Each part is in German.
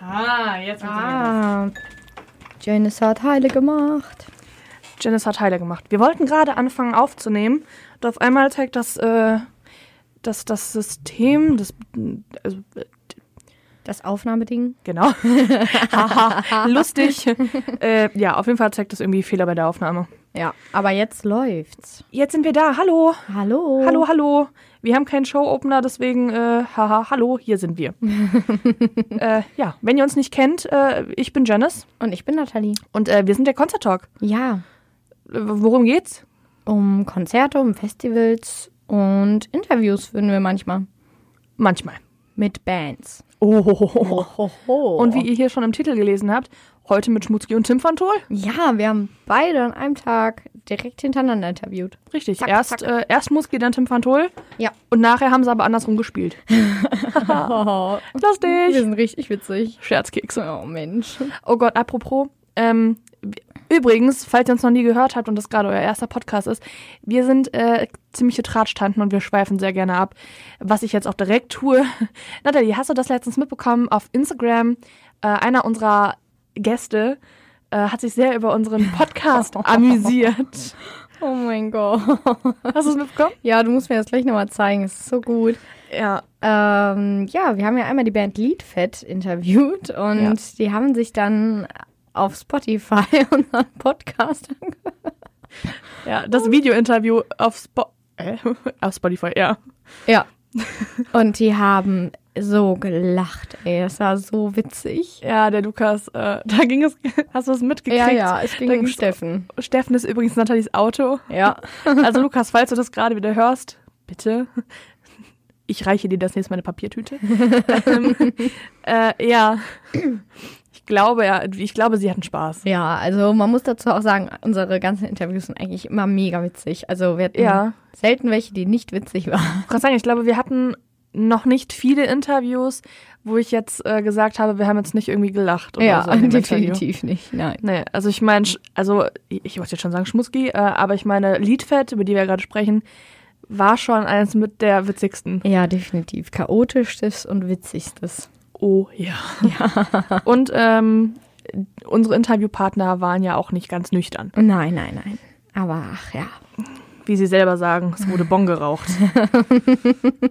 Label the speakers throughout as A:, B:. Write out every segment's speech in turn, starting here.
A: Ah, jetzt muss ich
B: Ah. Janice hat Heile gemacht.
C: Janice hat Heile gemacht. Wir wollten gerade anfangen aufzunehmen und auf einmal zeigt das, äh, dass das System, das, also, äh,
B: Das Aufnahmeding.
C: genau, haha, lustig. äh, ja, auf jeden Fall zeigt das irgendwie Fehler bei der Aufnahme.
B: Ja, aber jetzt läuft's.
C: Jetzt sind wir da, hallo,
B: Hallo.
C: hallo, hallo. Wir haben keinen Show-Opener, deswegen, äh, haha, hallo, hier sind wir. äh, ja, wenn ihr uns nicht kennt, äh, ich bin Janice
B: Und ich bin Nathalie.
C: und äh, wir sind der Concert Talk.
B: Ja,
C: Äh, Worum geht's?
B: um Konzerte, um Festivals und Interviews würden wir manchmal
C: Manchmal.
B: mit Bands.
C: Oh,
B: Ohoho.
C: Und wie ihr hier schon im Titel gelesen habt, heute mit Schmutzki und Tim van Tol.
B: Ja, wir haben beide an einem Tag direkt hintereinander interviewt.
C: Richtig.
B: Zack,
C: erst
B: zack.
C: Äh, erst Schmutzki, dann Tim van Tol.
B: Ja.
C: Und nachher haben sie aber andersrum gespielt.
B: Oh, wir
C: Lustig.
B: sind richtig witzig.
C: Scherzkekse.
B: Oh Mensch.
C: Oh Gott, apropos. Ähm, w- übrigens, falls ihr uns noch nie gehört habt und das gerade euer erster Podcast ist, wir sind äh, ziemliche Tratschtanten und wir schweifen sehr gerne ab. Was ich jetzt auch direkt tue. Nathalie, hast du das letztens mitbekommen? Auf Instagram, äh, einer unserer Gäste äh, hat sich sehr über unseren Podcast amüsiert.
B: Oh mein Gott.
C: Hast du es mitbekommen?
B: Ja, du musst mir das gleich nochmal zeigen. Es ist so gut.
C: Ja.
B: Ähm, ja, wir haben ja einmal die Band Leadfett interviewt und
C: Ja.
B: die haben sich dann auf Spotify unseren Podcast angehört.
C: Ja, das Video-Interview auf, Spo äh, auf Spotify, ja.
B: Ja. und die haben so gelacht, ey. Das war so witzig.
C: Ja, der Lukas, äh, da ging es, hast du es mitgekriegt?
B: Ja, ja, es ging
C: Da
B: um
C: ging's-
B: Steffen.
C: Steffen ist übrigens Nathalies Auto.
B: Ja.
C: Also Lukas, falls du das gerade wieder hörst, bitte. Ich reiche dir das nächste Mal eine Papiertüte. ähm, äh, ja. Ich glaube, ja, ich glaube, sie hatten Spaß.
B: Ja, also man muss dazu auch sagen, unsere ganzen Interviews sind eigentlich immer mega witzig. Also wir hatten
C: Ja.
B: selten welche, die nicht witzig waren.
C: Mhm. Ich kann sagen, ich glaube, wir hatten noch nicht viele Interviews, wo ich jetzt äh, gesagt habe, wir haben jetzt nicht irgendwie gelacht. Oder so in dem Interview.
B: ne? definitiv nicht. Nein.
C: Nee, also ich meine, also ich, ich wollte jetzt schon sagen Schmutzki, äh, aber ich meine, Liedfett, über die wir gerade sprechen, war schon eines mit der witzigsten.
B: Ja, definitiv. Chaotischstes und witzigstes.
C: Oh ja. ja. Und ähm, unsere Interviewpartner waren ja auch nicht ganz nüchtern.
B: Nein, nein, nein. Aber ach ja,
C: Wie sie selber sagen, es wurde Bon geraucht.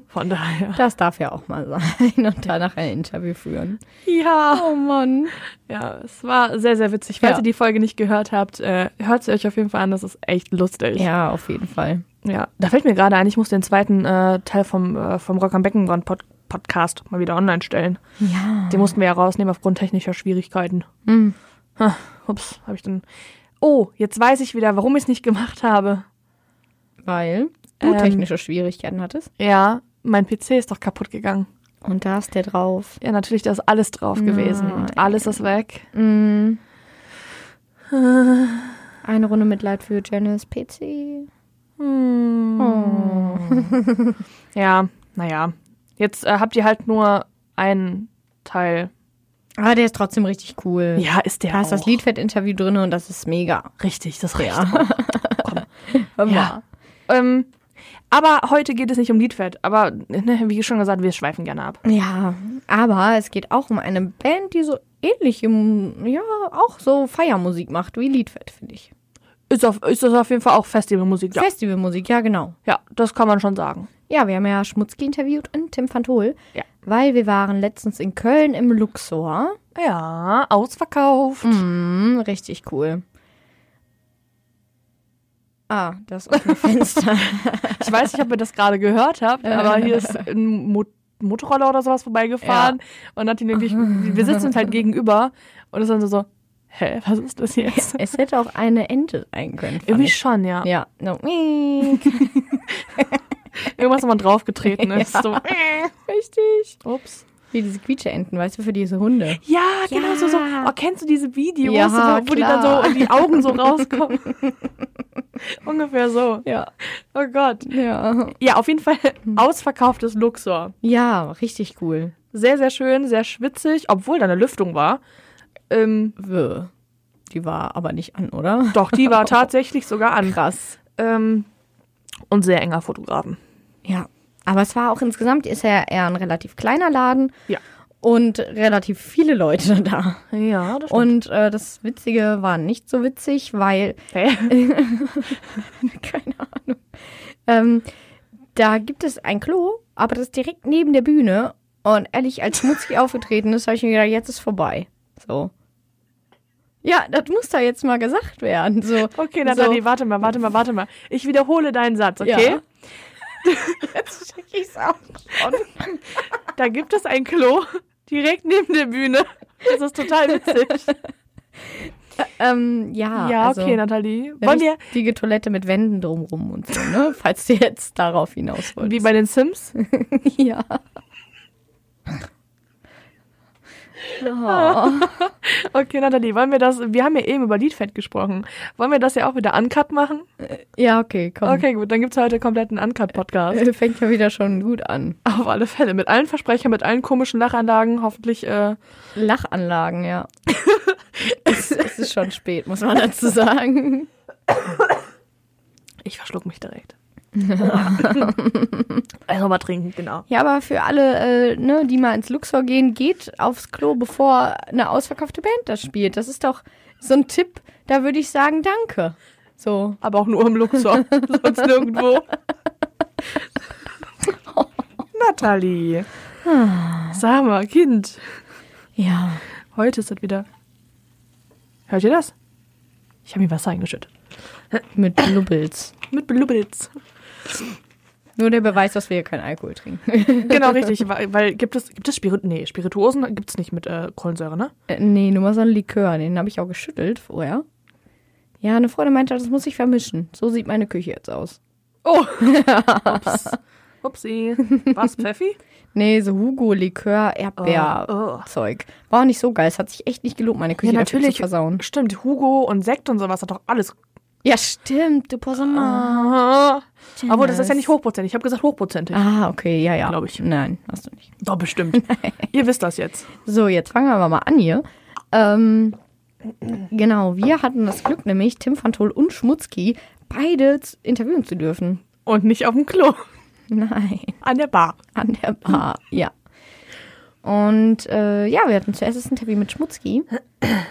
C: Von daher.
B: das darf ja auch mal sein und danach ein Interview führen.
C: Ja.
B: Oh Mann.
C: Ja, es war sehr, sehr witzig. Falls
B: Ja.
C: ihr die Folge nicht gehört habt, äh, hört sie euch auf jeden Fall an. Das ist echt lustig.
B: Ja, auf jeden Fall.
C: Ja, da fällt mir gerade ein, ich muss den zweiten äh, Teil vom, äh, vom Rock am Beckenbrand Pod Podcast mal wieder online stellen.
B: Ja.
C: Den mussten wir ja rausnehmen aufgrund technischer Schwierigkeiten.
B: Hm.
C: Ha, ups, habe ich dann. Oh, jetzt weiß ich wieder, warum ich es nicht gemacht habe.
B: Weil du
C: Ähm.
B: technische Schwierigkeiten hattest.
C: Ja, mein PC ist doch kaputt gegangen.
B: Und da ist der drauf.
C: Ja, natürlich, da ist alles drauf gewesen.
B: Nein.
C: Und alles ist weg.
B: Mm. Eine Runde Mitleid für Janice PC.
C: Hm.
B: Oh.
C: Ja, naja. Jetzt äh, habt ihr halt nur einen Teil.
B: Aber Ah, der ist trotzdem richtig cool.
C: Ja, ist der
B: Da ist das
C: auch.
B: Liedfett-Interview drin und das ist mega.
C: Richtig, das reicht.
B: Ja. Hör mal.
C: Ja. Ähm, aber heute geht es nicht um Liedfett. Aber ne, wie schon gesagt, wir schweifen gerne ab.
B: Ja, aber es geht auch um eine Band, die so ähnlich, im, ja, auch so Feiermusik macht wie Liedfett, finde ich.
C: Ist, auf, ist das auf jeden Fall auch Festivalmusik? Ja.
B: Festivalmusik, ja, genau.
C: ja, das kann man schon sagen.
B: Ja, wir haben ja Schmutzki interviewt und Tim van Tol,
C: Ja.
B: weil wir waren letztens in Köln im Luxor.
C: Ja, ausverkauft.
B: Mm, richtig cool. Ah, das offene Fenster.
C: Ich weiß nicht, ob ihr das gerade gehört habt, aber hier ist ein Mo Motorroller oder sowas vorbeigefahren und hat ihn wirklich, wir sitzen uns halt gegenüber und ist dann so, so hä, was ist das jetzt?
B: es hätte auch eine Ente sein können. fand
C: Irgendwie
B: ich.
C: schon, ja.
B: Ja, no.
C: Irgendwas, wo man draufgetreten ist. So,
B: richtig.
C: ups.
B: Wie diese Quietscheenten, weißt du, für diese Hunde.
C: Ja, genau so, so. Oh, kennst du diese Videos,
B: Ja,
C: wo, wo die dann
B: klar.
C: so die Augen so rauskommen? Ungefähr so.
B: Ja,
C: Oh Gott.
B: ja.
C: Ja, auf jeden Fall ausverkauftes Luxor.
B: Ja, richtig cool.
C: Sehr, sehr schön, sehr schwitzig, obwohl da eine Lüftung war. Ähm,
B: Wö. Die war aber nicht an, oder?
C: Doch, die war tatsächlich sogar an.
B: Krass.
C: Ähm, und sehr enger Fotografen.
B: Ja. Aber es war auch insgesamt, ist ja eher ein relativ kleiner Laden.
C: Ja.
B: und relativ viele Leute da.
C: Ja, das stimmt.
B: Und äh, das Witzige war nicht so witzig, weil,
C: Okay.
B: keine Ahnung, ähm, da gibt es ein Klo, aber das ist direkt neben der Bühne. Und ehrlich, als Schmutzki aufgetreten ist, habe ich mir gedacht, jetzt ist vorbei. So. Ja, das muss da jetzt mal gesagt werden. So,
C: okay,
B: so.
C: Nathalie, warte mal, warte mal, warte mal. Ich wiederhole deinen Satz, okay?
B: Jetzt schicke ich es auch.
C: Da gibt es ein Klo direkt neben der Bühne. Das ist total witzig.
B: Ähm, ja,
C: ja,
B: also,
C: okay, Nathalie. Wollen wir,
B: richtige Toilette mit Wänden drumrum und so, ne? Falls du jetzt darauf hinaus
C: wie
B: wolltest.
C: bei den Sims,
B: ja. Oh.
C: Okay, Nathalie, wollen wir das, wir haben ja eben über Liedfett gesprochen. Wollen wir das ja auch wieder Uncut machen?
B: Ja, okay, komm.
C: Okay, gut, dann gibt's heute komplett einen Uncut-Podcast.
B: Äh, Fängt ja wieder schon gut an.
C: Auf alle Fälle, mit allen Versprechern, mit allen komischen Lachanlagen, hoffentlich, äh,
B: Lachanlagen, ja. es, es ist schon spät, muss man dazu sagen.
C: ich verschluck mich direkt. also mal trinken, genau.
B: Ja, aber für alle, äh, ne, die mal ins Luxor gehen, geht aufs Klo, bevor eine ausverkaufte Band das spielt. Das ist doch so ein Tipp, da würde ich sagen, danke. So.
C: Aber auch nur im Luxor, sonst nirgendwo. Nathalie. Sag mal, Kind.
B: Ja.
C: Heute ist das wieder. Hört ihr das? Ich habe mir Wasser eingeschüttet.
B: Mit Blubbels.
C: Mit Blubbels.
B: Nur der Beweis, dass wir hier keinen Alkohol trinken.
C: Genau, richtig. Weil, weil gibt es, gibt es Spirit, nee, Spirituosen gibt es nicht mit äh, Kohlensäure, ne?
B: äh, nee, nur mal so ein Likör. Den habe ich auch geschüttelt vorher. Ja, eine Freundin meinte, das muss ich vermischen. So sieht meine Küche jetzt aus.
C: Oh! Ups. Upsi. Was, Pfeffi?
B: Nee, so Hugo-Likör,
C: Oh, oh.
B: Erdbeerzeug. War auch nicht so geil. Es hat sich echt nicht gelohnt, meine Küche dafür zu versauen.
C: Stimmt, Hugo und Sekt und sowas hat doch alles.
B: Ja, stimmt. Du
C: Ah.
B: Posamal.
C: Obwohl, das ist ja nicht hochprozentig. Ich habe gesagt hochprozentig.
B: Ah, okay, ja, ja.
C: Glaub ich.
B: Nein, hast du nicht.
C: Doch, bestimmt. Ihr wisst das jetzt.
B: So, jetzt fangen wir aber mal an hier. Ähm, genau, wir hatten das Glück, nämlich Tim van Tol und Schmutzki beide z- interviewen zu dürfen.
C: Und nicht auf dem Klo.
B: Nein.
C: An der Bar.
B: An der Bar, ja. Und äh, ja, wir hatten zuerst das Interview mit Schmutzki.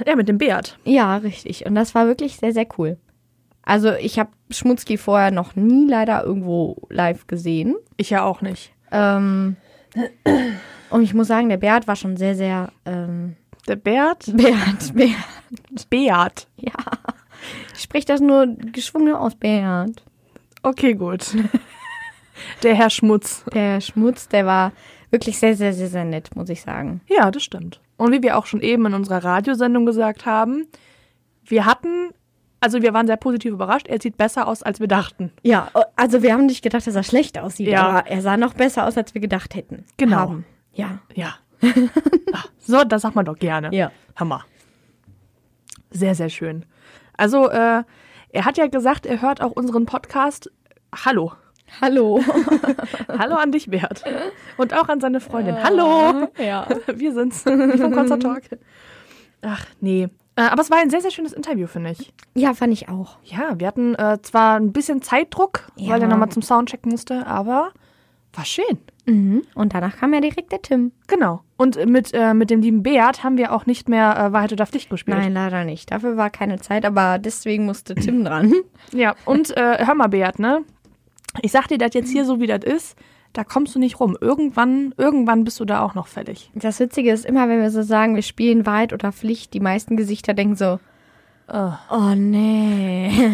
C: Ja, mit dem Bert.
B: Ja, richtig. Und das war wirklich sehr, sehr cool. Also ich habe Schmutzki vorher noch nie leider irgendwo live gesehen.
C: Ich ja auch nicht.
B: Ähm, und ich muss sagen, der Bert war schon sehr, sehr... Ähm,
C: Der Bert?
B: Bert, Bert.
C: Bert.
B: Ja. Ich spreche das nur geschwungen aus, Bernd.
C: Okay, gut. Der Herr Schmutz.
B: Der Schmutz, der war wirklich sehr, sehr, sehr, sehr nett, muss ich sagen.
C: Ja, das stimmt. Und wie wir auch schon eben in unserer Radiosendung gesagt haben, wir hatten, also wir waren sehr positiv überrascht, er sieht besser aus, als wir dachten.
B: Ja, also wir haben nicht gedacht, dass er schlecht aussieht,
C: Ja.
B: aber er sah noch besser aus, als wir gedacht hätten.
C: Genau.
B: Haben. Ja.
C: Ja. Ah, so, das sagt man doch gerne.
B: Ja.
C: Hammer. Sehr, sehr schön. Also, äh, er hat ja gesagt, er hört auch unseren Podcast. Hallo.
B: Hallo.
C: Hallo an dich, Bert. Und auch an seine Freundin. Hallo.
B: ja.
C: Wir sind's. Wir vom Concert Talk. Ach, nee. Äh, Aber es war ein sehr, sehr schönes Interview, finde ich.
B: Ja, fand ich auch.
C: Ja, wir hatten äh, zwar ein bisschen Zeitdruck,
B: Ja.
C: weil er nochmal zum Soundcheck musste, aber war schön.
B: Mhm. Und danach kam ja direkt der Tim.
C: Genau. Und äh, mit, äh, mit dem lieben Beat haben wir auch nicht mehr äh, Wahrheit oder Pflicht gespielt.
B: Nein, leider nicht. Dafür war keine Zeit, aber deswegen musste Tim dran.
C: Ja, und äh, hör mal, Beat, ne? Ich sag dir das jetzt hier so, wie das ist, da kommst du nicht rum. Irgendwann, irgendwann bist du da auch noch fällig.
B: Das Witzige ist immer, wenn wir so sagen, wir spielen Wahrheit oder Pflicht, die meisten Gesichter denken so, oh nee.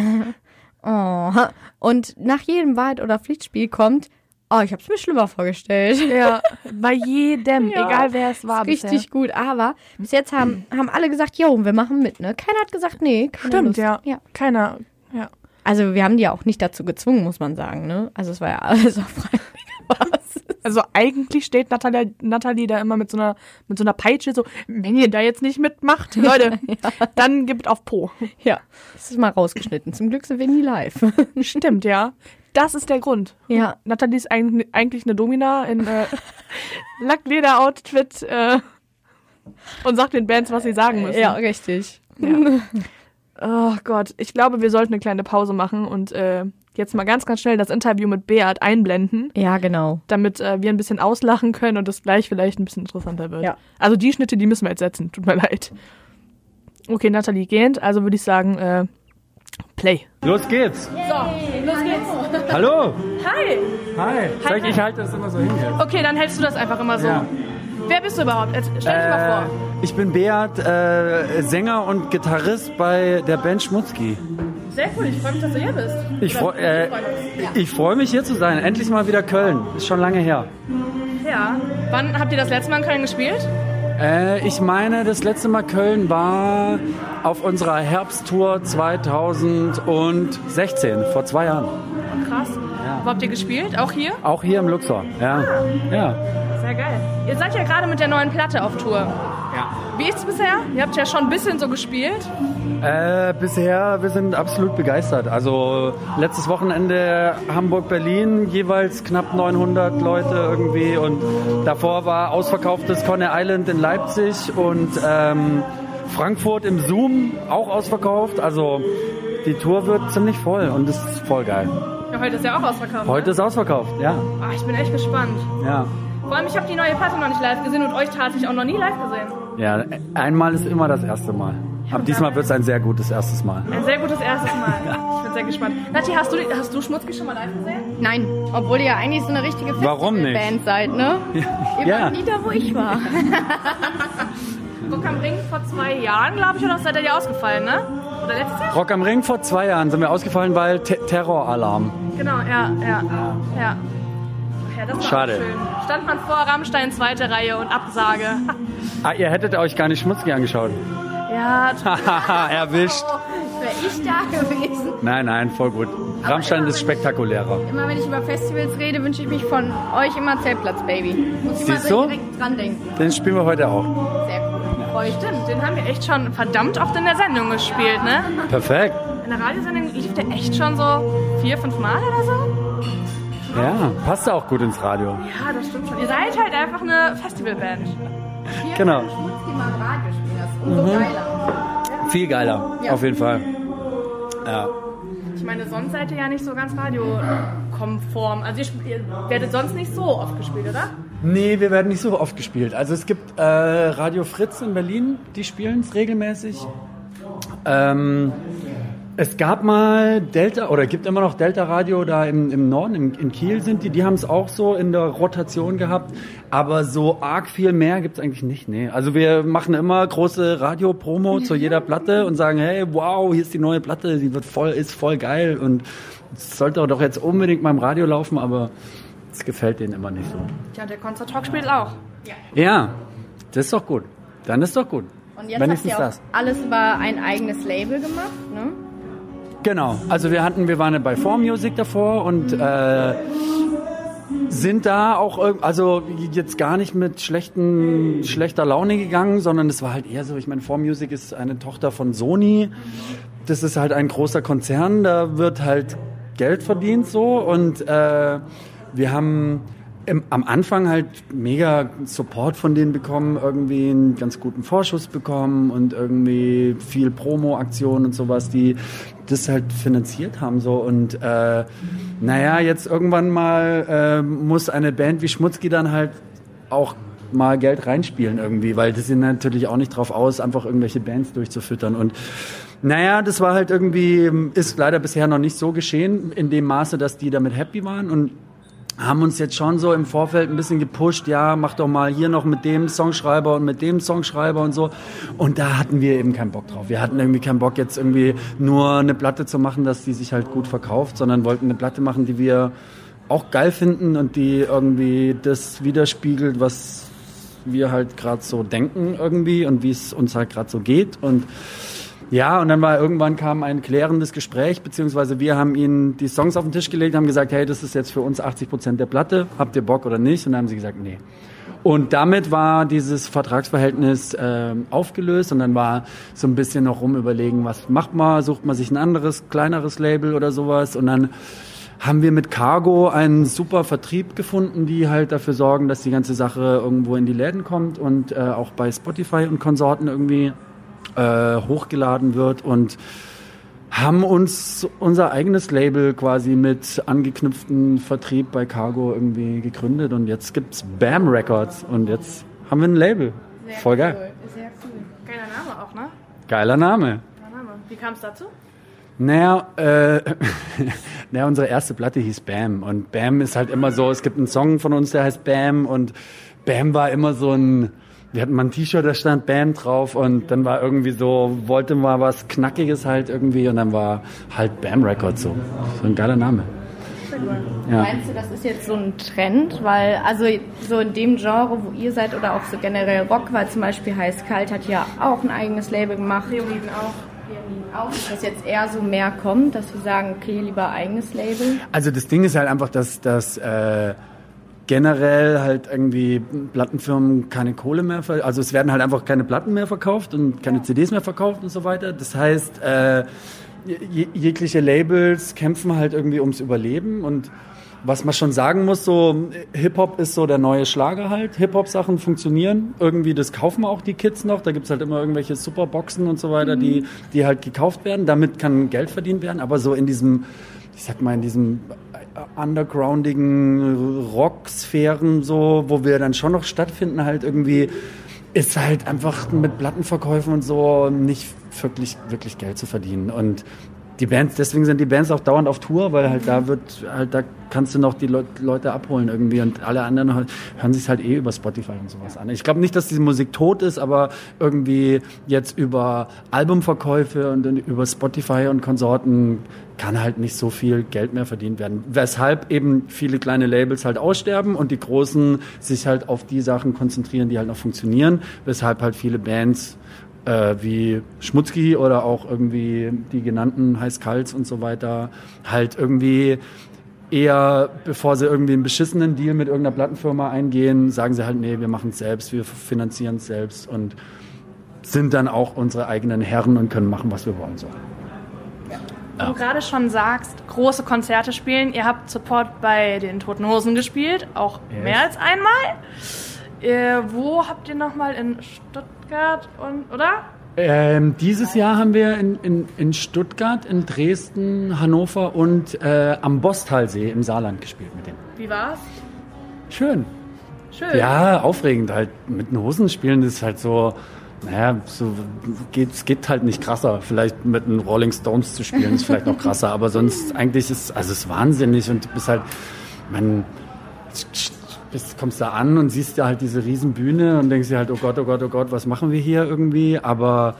B: oh. Und nach jedem Wahrheit oder Pflichtspiel kommt, oh, ich hab's mir schlimmer vorgestellt.
C: Ja, bei jedem,
B: Ja.
C: egal wer es war.
B: Richtig
C: bisher. Hm?
B: gut, aber bis jetzt haben, haben alle gesagt, jo, wir machen mit, ne? Keiner hat gesagt, nee. keine
C: Stimmt,
B: Lust.
C: ja.
B: ja.
C: Keiner. Ja.
B: Also wir haben die ja auch nicht dazu gezwungen, muss man sagen, ne? Also es war ja alles auf freiwilliger Basis.
C: Also eigentlich steht Natalie, Natalie da immer mit so, einer, mit so einer Peitsche so, wenn ihr da jetzt nicht mitmacht, Leute, dann gibt auf Po.
B: Ja, es ist mal rausgeschnitten. Zum Glück sind wir nie live.
C: Stimmt, ja. Das ist der Grund.
B: ja,
C: Natalie ist eigentlich eigentlich eine Domina in äh, Lackleder-Outfit äh, und sagt den Bands, was sie sagen müssen.
B: ja, richtig.
C: Oh Gott, ich glaube, wir sollten eine kleine Pause machen und äh, jetzt mal ganz, ganz schnell das Interview mit Beat einblenden,
B: Ja, genau.
C: damit äh, wir ein bisschen auslachen können und das gleich vielleicht ein bisschen interessanter wird.
B: Ja.
C: Also die Schnitte, die müssen wir jetzt setzen. Tut mir leid. Okay, Nathalie gehend, also würde ich sagen, äh, Play.
D: Los geht's! So, los geht's! Hallo! Hi! Hi! Zeig, ich halte das immer so hin jetzt.
A: Okay, dann hältst du das einfach immer so.
D: Ja.
A: Wer bist du überhaupt? Jetzt Stell dich mal vor.
D: Äh, ich bin Beat, äh, Sänger und Gitarrist bei der Band Schmutzki.
A: Sehr cool, ich freue mich, dass du hier bist.
D: Ich
A: Oder
D: freu- äh,
A: du freust dich.
D: Ich freue mich hier zu sein. Endlich mal wieder Köln. Ist schon lange her.
A: Ja. Wann habt ihr das letzte Mal in Köln gespielt?
D: Äh, ich meine, das letzte Mal Köln war auf unserer Herbsttour 2016, vor zwei Jahren.
A: Krass. Wo habt ihr gespielt? Auch hier?
D: Auch hier im Luxor. Ja. ja.
A: Sehr geil. Ihr seid ja gerade mit der neuen Platte auf Tour.
D: ja.
A: Wie ist's bisher? Ihr habt ja schon ein bisschen so gespielt.
D: Äh, bisher, wir sind absolut begeistert. Also letztes Wochenende Hamburg-Berlin, jeweils knapp 900 Leute irgendwie. Und davor war ausverkauftes Conner Island in Leipzig und ähm, Frankfurt im Zoom auch ausverkauft. Also die Tour wird ziemlich voll und ist voll geil.
A: Ja, heute ist ja auch ausverkauft. ne?
D: Heute ist ausverkauft, ja.
A: Ah, ich bin echt gespannt.
D: Ja,
A: Vor allem, ich habe die neue Platte noch nicht live gesehen und euch tatsächlich auch noch nie live gesehen.
D: ja einmal ist immer das erste Mal. Aber diesmal wird es ein sehr gutes erstes Mal.
A: Ein sehr gutes erstes Mal. Ich bin sehr gespannt. Nati, hast du, die- hast du Schmutzki schon mal live gesehen?
B: Nein, obwohl ihr ja eigentlich so eine richtige
D: Warum nicht?
B: Festivalband seid, ne? Ihr
D: Ja.
B: wart nie da, wo ich war.
A: Guck am Ring vor zwei Jahren, glaube ich, oder seid ihr dir ausgefallen, ne? Oder letztes Jahr?
D: Rock am Ring vor zwei Jahren sind wir ausgefallen, weil Te Terroralarm.
A: Genau, ja, ja, ja. Ja, das war
D: Schade.
A: auch schön. Stand man vor Rammstein zweite Reihe und Absage.
D: Ah, ihr hättet euch gar nicht schmutzig angeschaut.
A: Ja,
D: Haha, erwischt.
B: Wäre ich da gewesen.
D: Nein, nein, voll gut. Rammstein ist spektakulärer.
B: Immer wenn ich über Festivals rede, wünsche ich mich von euch immer Zeltplatz, Baby. Muss ich immer
D: Siehst du?
B: so direkt dran denken.
D: Den spielen wir heute auch.
B: Sehr cool. Freu ich
A: stimmt. Den haben wir echt schon verdammt oft in der Sendung gespielt, ne?
D: Perfekt.
A: In der Radiosendung lief der echt schon so vier, fünf Mal oder so.
D: Ja, passt auch gut ins Radio.
A: Ja, das stimmt schon. Ihr seid halt einfach eine Festivalband.
B: mich.
D: Genau. Mhm.
B: Schmutzki mal im Radio spielen, das ist umso geiler.
D: Viel geiler,
B: Ja.
D: auf jeden Fall. Ja.
A: Ich meine, sonst seid ihr ja nicht so ganz radiokonform. Also ihr, sp- ihr werdet sonst nicht so oft gespielt, oder?
D: Nee, wir werden nicht so oft gespielt. Also es gibt äh, Radio Fritz in Berlin, die spielen es regelmäßig. Ähm, es gab mal Delta oder gibt immer noch Delta Radio da im, im Norden, im, in Kiel sind die, die haben es auch so in der Rotation gehabt. Aber so arg viel mehr gibt's eigentlich nicht. Nee. Also wir machen immer große Radio-Promo zu jeder Platte und sagen, hey, wow, hier ist die neue Platte, die wird voll, ist voll geil und es sollte doch jetzt unbedingt mal im Radio laufen, aber es gefällt denen immer nicht so.
A: Ja, der Concert Talk spielt auch.
D: Ja, das ist doch gut. Dann ist doch gut.
B: Und jetzt
D: Wenigstens
B: habt ihr auch
D: das.
B: alles über ein eigenes Label gemacht, ne?
D: Genau. Also wir hatten, wir waren bei 4 Music davor und äh, sind da auch, irg- also jetzt gar nicht mit schlechten, schlechter Laune gegangen, sondern es war halt eher so. Ich meine, 4 Music ist eine Tochter von Sony. Das ist halt ein großer Konzern. Da wird halt Geld verdient so und äh, wir haben im, am Anfang halt mega Support von denen bekommen, irgendwie einen ganz guten Vorschuss bekommen und irgendwie viel Promo-Aktionen und sowas, die das halt finanziert haben so und äh, naja, jetzt irgendwann mal äh, muss eine Band wie Schmutzki dann halt auch mal Geld reinspielen irgendwie, weil das sind natürlich auch nicht drauf aus, einfach irgendwelche Bands durchzufüttern und naja, das war halt irgendwie, ist leider bisher noch nicht so geschehen, in dem Maße, dass die damit happy waren und haben uns jetzt schon so im Vorfeld ein bisschen gepusht, ja, mach doch mal hier noch mit dem Songschreiber und mit dem Songschreiber und so. Und da hatten wir eben keinen Bock drauf. Wir hatten irgendwie keinen Bock, jetzt irgendwie nur eine Platte zu machen, dass die sich halt gut verkauft, sondern wollten eine Platte machen, die wir auch geil finden und die irgendwie das widerspiegelt, was wir halt gerade so denken irgendwie und wie es uns halt gerade so geht. Und ja, und dann war irgendwann kam ein klärendes Gespräch, beziehungsweise wir haben ihnen die Songs auf den Tisch gelegt, haben gesagt, hey, das ist jetzt für uns 80 Prozent der Platte, habt ihr Bock oder nicht? Und dann haben sie gesagt, nee. Und damit war dieses Vertragsverhältnis ähm, aufgelöst und dann war so ein bisschen noch rumüberlegen, was macht man, sucht man sich ein anderes, kleineres Label oder sowas und dann haben wir mit Cargo einen super Vertrieb gefunden, die halt dafür sorgen, dass die ganze Sache irgendwo in die Läden kommt und äh, auch bei Spotify und Konsorten irgendwie äh, hochgeladen wird und ha, haben uns unser eigenes Label quasi mit angeknüpften Vertrieb bei Cargo irgendwie gegründet und jetzt gibt's Bam Records und jetzt haben wir ein Label. Voll geil.
A: Cool. Sehr cool. Geiler Name auch, ne?
D: Geiler Name.
A: Geiler Name. Wie kam es dazu?
D: Naja, äh, naja, unsere erste Platte hieß Bam und Bam ist halt immer so, es gibt einen Song von uns, der heißt Bam und Bam war immer so ein, wir hatten mal ein T-Shirt, da stand Bam drauf und dann war irgendwie so, wollte mal was Knackiges halt irgendwie und dann war halt Bam Records so. So ein geiler Name. Ja.
B: Meinst du, das ist jetzt so ein Trend? Weil, also so in dem Genre, wo ihr seid oder auch so generell Rock, weil zum Beispiel Heiß Kalt hat ja auch ein eigenes Label gemacht.
A: Leoniden auch.
B: Auch, dass jetzt eher so mehr kommt, dass wir sagen, okay, lieber eigenes Label.
D: Also das Ding ist halt einfach, dass, dass äh, generell halt irgendwie Plattenfirmen keine Kohle mehr, ver also es werden halt einfach keine Platten mehr verkauft und keine CDs mehr verkauft und so weiter. Das heißt, äh, je- jegliche Labels kämpfen halt irgendwie ums Überleben und was man schon sagen muss, so äh, Hip-Hop ist so der neue Schlager halt. Hip-Hop-Sachen funktionieren. Irgendwie, das kaufen auch die Kids noch. Da gibt's halt immer irgendwelche Superboxen und so weiter, die, die halt gekauft werden. Damit kann Geld verdient werden. Aber so in diesem, ich sag mal, in diesem äh, undergroundigen Rocksphären so, wo wir dann schon noch stattfinden, halt irgendwie ist halt einfach mit Plattenverkäufen und so nicht wirklich, wirklich Geld zu verdienen. Und die Bands, deswegen sind die Bands auch dauernd auf Tour, weil halt da wird, halt da kannst du noch die Leut, Leute abholen irgendwie und alle anderen hö- hören sich halt eh über Spotify und sowas an. Ich glaube nicht, dass diese Musik tot ist, aber irgendwie jetzt über Albumverkäufe und dann über Spotify und Konsorten kann halt nicht so viel Geld mehr verdient werden. Weshalb eben viele kleine Labels halt aussterben und die großen sich halt auf die Sachen konzentrieren, die halt noch funktionieren, weshalb halt viele Bands äh, wie Schmutzki oder auch irgendwie die genannten Heißkals und so weiter, halt irgendwie eher, bevor sie irgendwie einen beschissenen Deal mit irgendeiner Plattenfirma eingehen, sagen sie halt, nee, wir machen es selbst, wir finanzieren es selbst und sind dann auch unsere eigenen Herren und können machen, was wir wollen. So.
A: Du gerade schon sagst, große Konzerte spielen. Ihr habt Support bei den Toten Hosen gespielt, auch
D: Yes.
A: mehr als einmal. Äh, wo habt ihr nochmal in Stuttgart und, oder?
D: Ähm, dieses Jahr haben wir in, in, in Stuttgart, in Dresden, Hannover und äh, am Bostalsee im Saarland gespielt mit denen.
A: Wie war's?
D: Schön.
A: Schön.
D: Ja, aufregend halt. Mit den Hosen spielen ist halt so, naja, so geht, es geht halt nicht krasser. Vielleicht mit den Rolling Stones zu spielen ist vielleicht noch krasser, aber sonst eigentlich ist, also es ist wahnsinnig und du bist halt, man, bist, kommst da an und siehst ja halt diese Riesenbühne und denkst dir halt, oh Gott, oh Gott, oh Gott, was machen wir hier irgendwie? Aber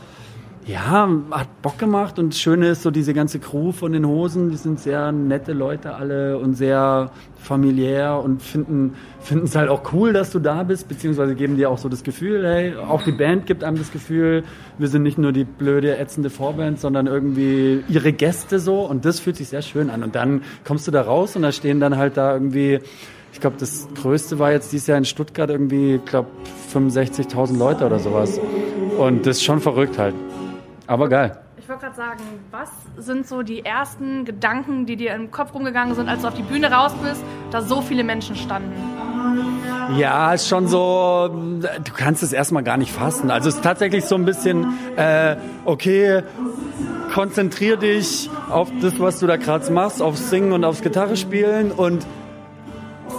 D: ja, hat Bock gemacht und das Schöne ist so diese ganze Crew von den Hosen, die sind sehr nette Leute alle und sehr familiär und finden finden es halt auch cool, dass du da bist, beziehungsweise geben dir auch so das Gefühl, hey, auch die Band gibt einem das Gefühl, wir sind nicht nur die blöde, ätzende Vorband, sondern irgendwie ihre Gäste so und das fühlt sich sehr schön an und dann kommst du da raus und da stehen dann halt da irgendwie ich glaube, das Größte war jetzt dieses Jahr in Stuttgart irgendwie, ich glaube, 65.000 Leute oder sowas. Und das ist schon verrückt halt. Aber geil.
A: Ich wollte gerade sagen, was sind so die ersten Gedanken, die dir im Kopf rumgegangen sind, als du auf die Bühne raus bist, da so viele Menschen standen?
D: Ja, ist schon so, du kannst es erstmal gar nicht fassen. Also es ist tatsächlich so ein bisschen, äh, okay, konzentrier dich auf das, was du da gerade machst, aufs Singen und aufs Gitarre spielen und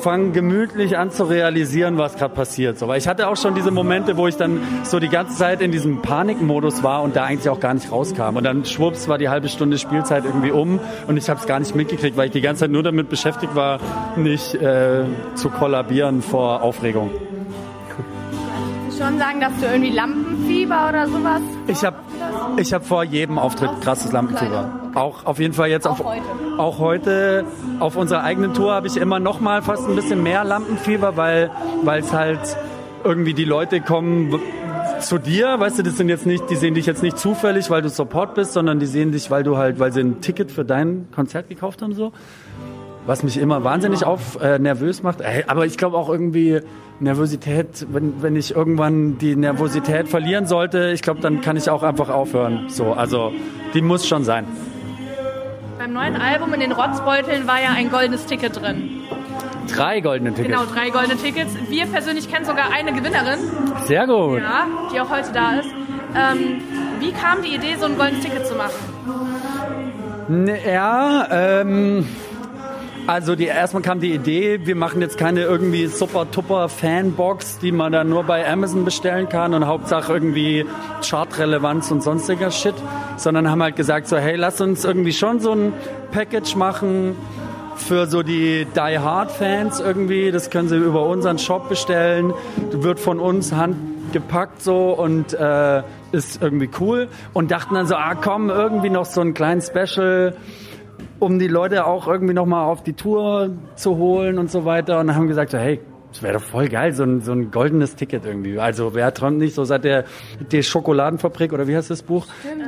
D: fang gemütlich an zu realisieren, was gerade passiert. So, weil ich hatte auch schon diese Momente, wo ich dann so die ganze Zeit in diesem Panikmodus war und da eigentlich auch gar nicht rauskam. Und dann schwupps war die halbe Stunde Spielzeit irgendwie um und ich habe es gar nicht mitgekriegt, weil ich die ganze Zeit nur damit beschäftigt war, nicht äh, zu kollabieren vor Aufregung.
B: Ich würde schon sagen, dass du irgendwie Lampenfieber oder sowas.
D: Ich habe ich hab vor jedem Auftritt krasses Lampenfieber. Auch auf jeden Fall jetzt auf,
B: Auch heute.
D: auch heute auf unserer eigenen Tour habe ich immer noch mal fast ein bisschen mehr Lampenfieber, weil weil es halt irgendwie die Leute kommen w- zu dir, weißt du, das sind jetzt nicht, die sehen dich jetzt nicht zufällig, weil du Support bist, sondern die sehen dich, weil du halt, weil sie ein Ticket für dein Konzert gekauft haben so. Was mich immer wahnsinnig auf äh, nervös macht. Ey, aber ich glaube auch irgendwie Nervosität, wenn, wenn ich irgendwann die Nervosität verlieren sollte, ich glaube, dann kann ich auch einfach aufhören. So, also die muss schon sein.
A: Beim neuen Album in den Rotzbeuteln war ja ein goldenes Ticket drin.
D: Drei goldene Tickets.
A: Genau, drei goldene Tickets. Wir persönlich kennen sogar eine Gewinnerin,
D: Sehr gut.
A: ja, die auch heute da ist. Ähm, wie kam die Idee, so ein goldenes Ticket zu machen?
D: N- Ja, ähm, also die, erstmal kam die Idee, wir machen jetzt keine irgendwie super-tupper-Fanbox, die man dann nur bei Amazon bestellen kann und Hauptsache irgendwie Chartrelevanz und sonstiger Shit, sondern haben halt gesagt so, hey, lass uns irgendwie schon so ein Package machen für so die Die Hard Fans irgendwie, das können sie über unseren Shop bestellen, wird von uns handgepackt so und äh, ist irgendwie cool und dachten dann so, ah komm, irgendwie noch so ein kleines Special um die Leute auch irgendwie nochmal auf die Tour zu holen und so weiter. Und haben gesagt, so, hey, das wäre doch voll geil, so ein, so ein goldenes Ticket irgendwie. Also wer träumt nicht, so seit der die Schokoladenfabrik oder wie heißt das Buch?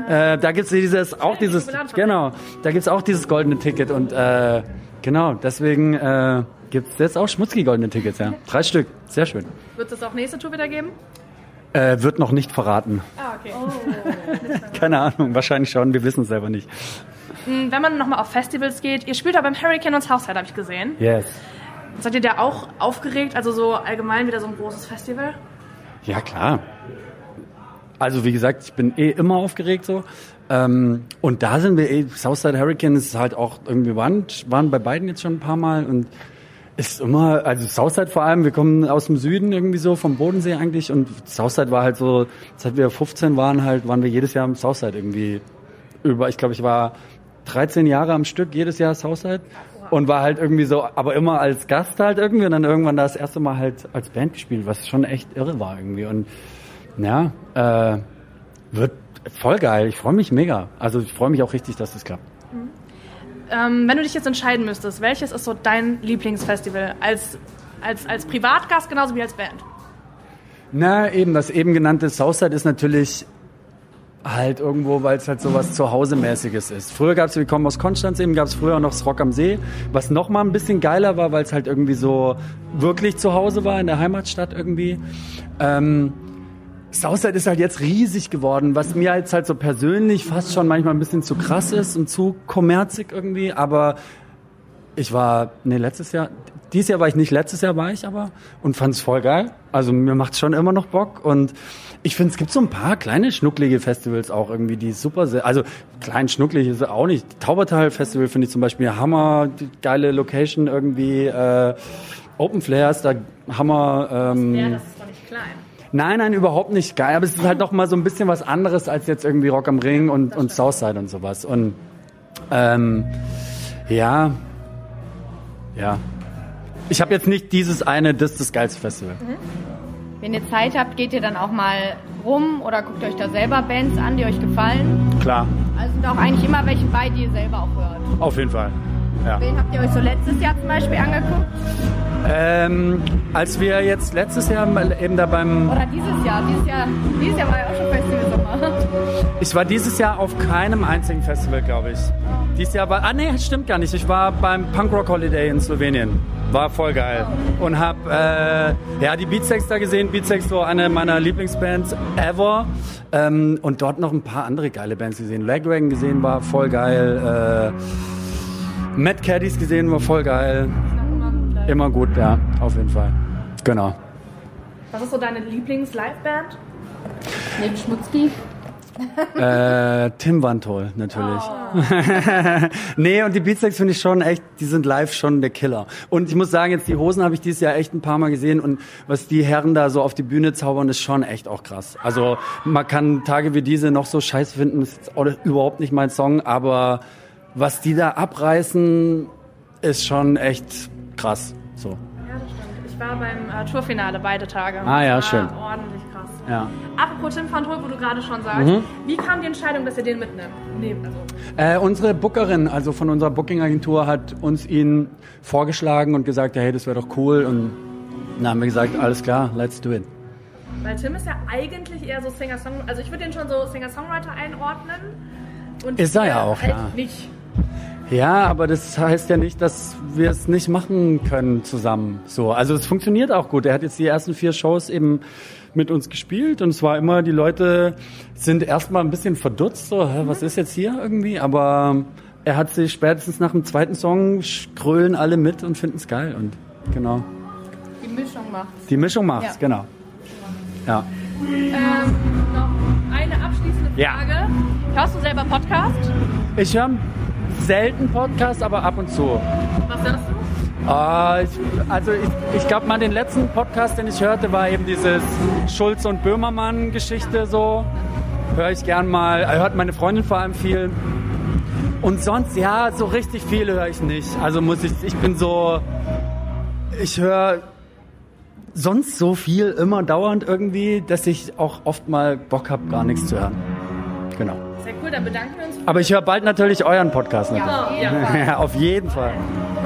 D: Äh, da gibt's dieses, auch dieses,
A: Schokoladenfabrik.
D: genau, da gibt's auch dieses goldene Ticket. Und äh, genau, deswegen äh, gibt's jetzt auch schmutzige goldene Tickets, ja. Drei Stück, sehr schön.
A: Wird es das auch nächste Tour wieder geben?
D: Äh, wird noch nicht verraten.
A: Ah, okay.
D: Keine Ahnung, wahrscheinlich schon, wir wissen es selber nicht.
A: Hm, Wenn man nochmal auf Festivals geht, ihr spielt da beim Hurricane und Southside, habe ich gesehen.
D: Yes.
A: Seid ihr da auch aufgeregt? Also so allgemein wieder so ein großes Festival?
D: Ja, klar. Also wie gesagt, ich bin eh immer aufgeregt so. Ähm, und da sind wir eh, Southside Hurricane ist halt auch irgendwie, waren, waren bei beiden jetzt schon ein paar Mal und ist immer, also Southside vor allem, wir kommen aus dem Süden irgendwie so, vom Bodensee eigentlich und Southside war halt so, seit wir 15 waren halt, waren wir jedes Jahr im Southside irgendwie über, ich glaube, ich war 13 Jahre am Stück, jedes Jahr Southside und war halt irgendwie so, aber immer als Gast halt irgendwie und dann irgendwann das erste Mal halt als Band gespielt, was schon echt irre war irgendwie und ja, äh, wird voll geil. Ich freue mich mega. Also ich freue mich auch richtig, dass das klappt.
A: Ähm, wenn du dich jetzt entscheiden müsstest, welches ist so dein Lieblingsfestival? Als, als, als Privatgast genauso wie als Band?
D: Na, eben, das eben genannte Southside ist natürlich halt irgendwo, weil es halt sowas Zuhausemäßiges ist. Früher gab's, wir kommen aus Konstanz, eben gab's früher noch das Rock am See, was noch mal ein bisschen geiler war, weil es halt irgendwie so wirklich zu Hause war, in der Heimatstadt irgendwie. Ähm, Southside ist halt jetzt riesig geworden, was mir jetzt halt so persönlich fast schon manchmal ein bisschen zu krass ist und zu kommerzig irgendwie, aber ich war, nee, letztes Jahr, dieses Jahr war ich nicht, letztes Jahr war ich aber und fand es voll geil. Also mir macht schon immer noch Bock und ich finde, es gibt so ein paar kleine schnucklige Festivals auch irgendwie, die super sind. Also klein schnucklig ist auch nicht. Taubertal Festival finde ich zum Beispiel Hammer, die geile Location irgendwie. Äh, Open Flares, da Hammer. Ähm,
A: ist doch nicht klein.
D: Nein, nein, überhaupt nicht geil. Aber es ist halt noch mal so ein bisschen was anderes als jetzt irgendwie Rock am Ring und, und Southside und sowas. Und ähm, ja, ja. Ich habe jetzt nicht dieses eine, das ist das geilste Festival.
B: Wenn ihr Zeit habt, geht ihr dann auch mal rum oder guckt euch da selber Bands an, die euch gefallen.
D: Klar,
B: Also sind auch eigentlich immer welche bei, die ihr selber auch hört.
D: auf jeden Fall. Ja.
B: Wen habt ihr euch so letztes Jahr zum Beispiel angeguckt?
D: Ähm, als wir jetzt letztes Jahr mal eben da beim
B: Oder dieses Jahr? Dieses Jahr, dieses Jahr war ja auch schon Festival Sommer.
D: Ich war dieses Jahr auf keinem einzigen Festival, glaube ich. Dieses Jahr war. Ah, nee, stimmt gar nicht. Ich war beim Punk Rock Holiday in Slowenien. War voll geil. Und hab äh, ja, die Beatsex da gesehen. Beatsex war eine meiner Lieblingsbands ever. Ähm, und dort noch ein paar andere geile Bands gesehen. Lagwagon gesehen war voll geil. Äh, Mad Caddies gesehen war voll geil. Immer gut, ja, auf jeden Fall. Genau.
A: Was ist so deine Lieblings-Liveband?
B: Neben Schmutzki.
D: Äh, Tim Wandhol, natürlich. nee, und die Beatsex finde ich schon echt, die sind live schon der Killer. Und ich muss sagen, jetzt die Hosen habe ich dieses Jahr echt ein paar Mal gesehen und was die Herren da so auf die Bühne zaubern, ist schon echt auch krass. Also man kann Tage wie diese noch so scheiße finden, ist jetzt auch überhaupt nicht mein Song, aber was die da abreißen, ist schon echt krass. So.
A: Ja, das stimmt. Ich war beim äh, Tourfinale beide Tage.
D: Ah, ja,
A: Das war
D: schön.
A: ordentlich krass.
D: Ja. Mhm.
A: Apropos Tim van Hol, wo du gerade schon sagst, wie kam die Entscheidung, dass ihr den mitnimmt? Nee, also,
D: Äh, unsere Bookerin, also von unserer Booking-Agentur, hat uns ihn vorgeschlagen und gesagt, hey, das wäre doch cool. Und dann haben wir gesagt, alles klar, let's do it.
A: weil Tim ist ja eigentlich eher so Singer-Songwriter, also ich würde den schon so Singer-Songwriter einordnen. Und
D: Ist er
A: ihr
D: ja auch,
A: halt
D: ja.
A: Nicht.
D: Ja, aber das heißt ja nicht, dass wir es nicht machen können zusammen. So, also es funktioniert auch gut. Er hat jetzt die ersten vier Shows eben mit uns gespielt und es war immer, die Leute sind erstmal ein bisschen verdutzt, so, hä, was ist jetzt hier irgendwie? Aber er hat sich spätestens nach dem zweiten Song sch- krölen alle mit und finden es geil und genau.
B: Die Mischung macht's.
D: Die Mischung macht's,
B: Ja.
D: genau. Ja.
A: Ähm, noch eine abschließende
D: Ja.
A: Frage. Hörst du selber Podcast?
D: Ich höre selten Podcasts, aber ab und zu.
A: Was hörst du?
D: Ah, ich, also ich, ich glaube mal, den letzten Podcast, den ich hörte, war eben dieses Schulz- und Böhmermann-Geschichte so. Höre ich gern mal, äh, hört meine Freundin vor allem viel. Und sonst, ja, so richtig viel höre ich nicht. Also muss ich, ich bin so, ich höre sonst so viel immer dauernd irgendwie, dass ich auch oft mal Bock habe, gar nichts zu hören. Genau.
A: Sehr cool, dann bedanken wir uns.
D: Aber ich höre bald natürlich euren Podcast. natürlich.
A: Ja, ja.
D: Ja, auf jeden Fall.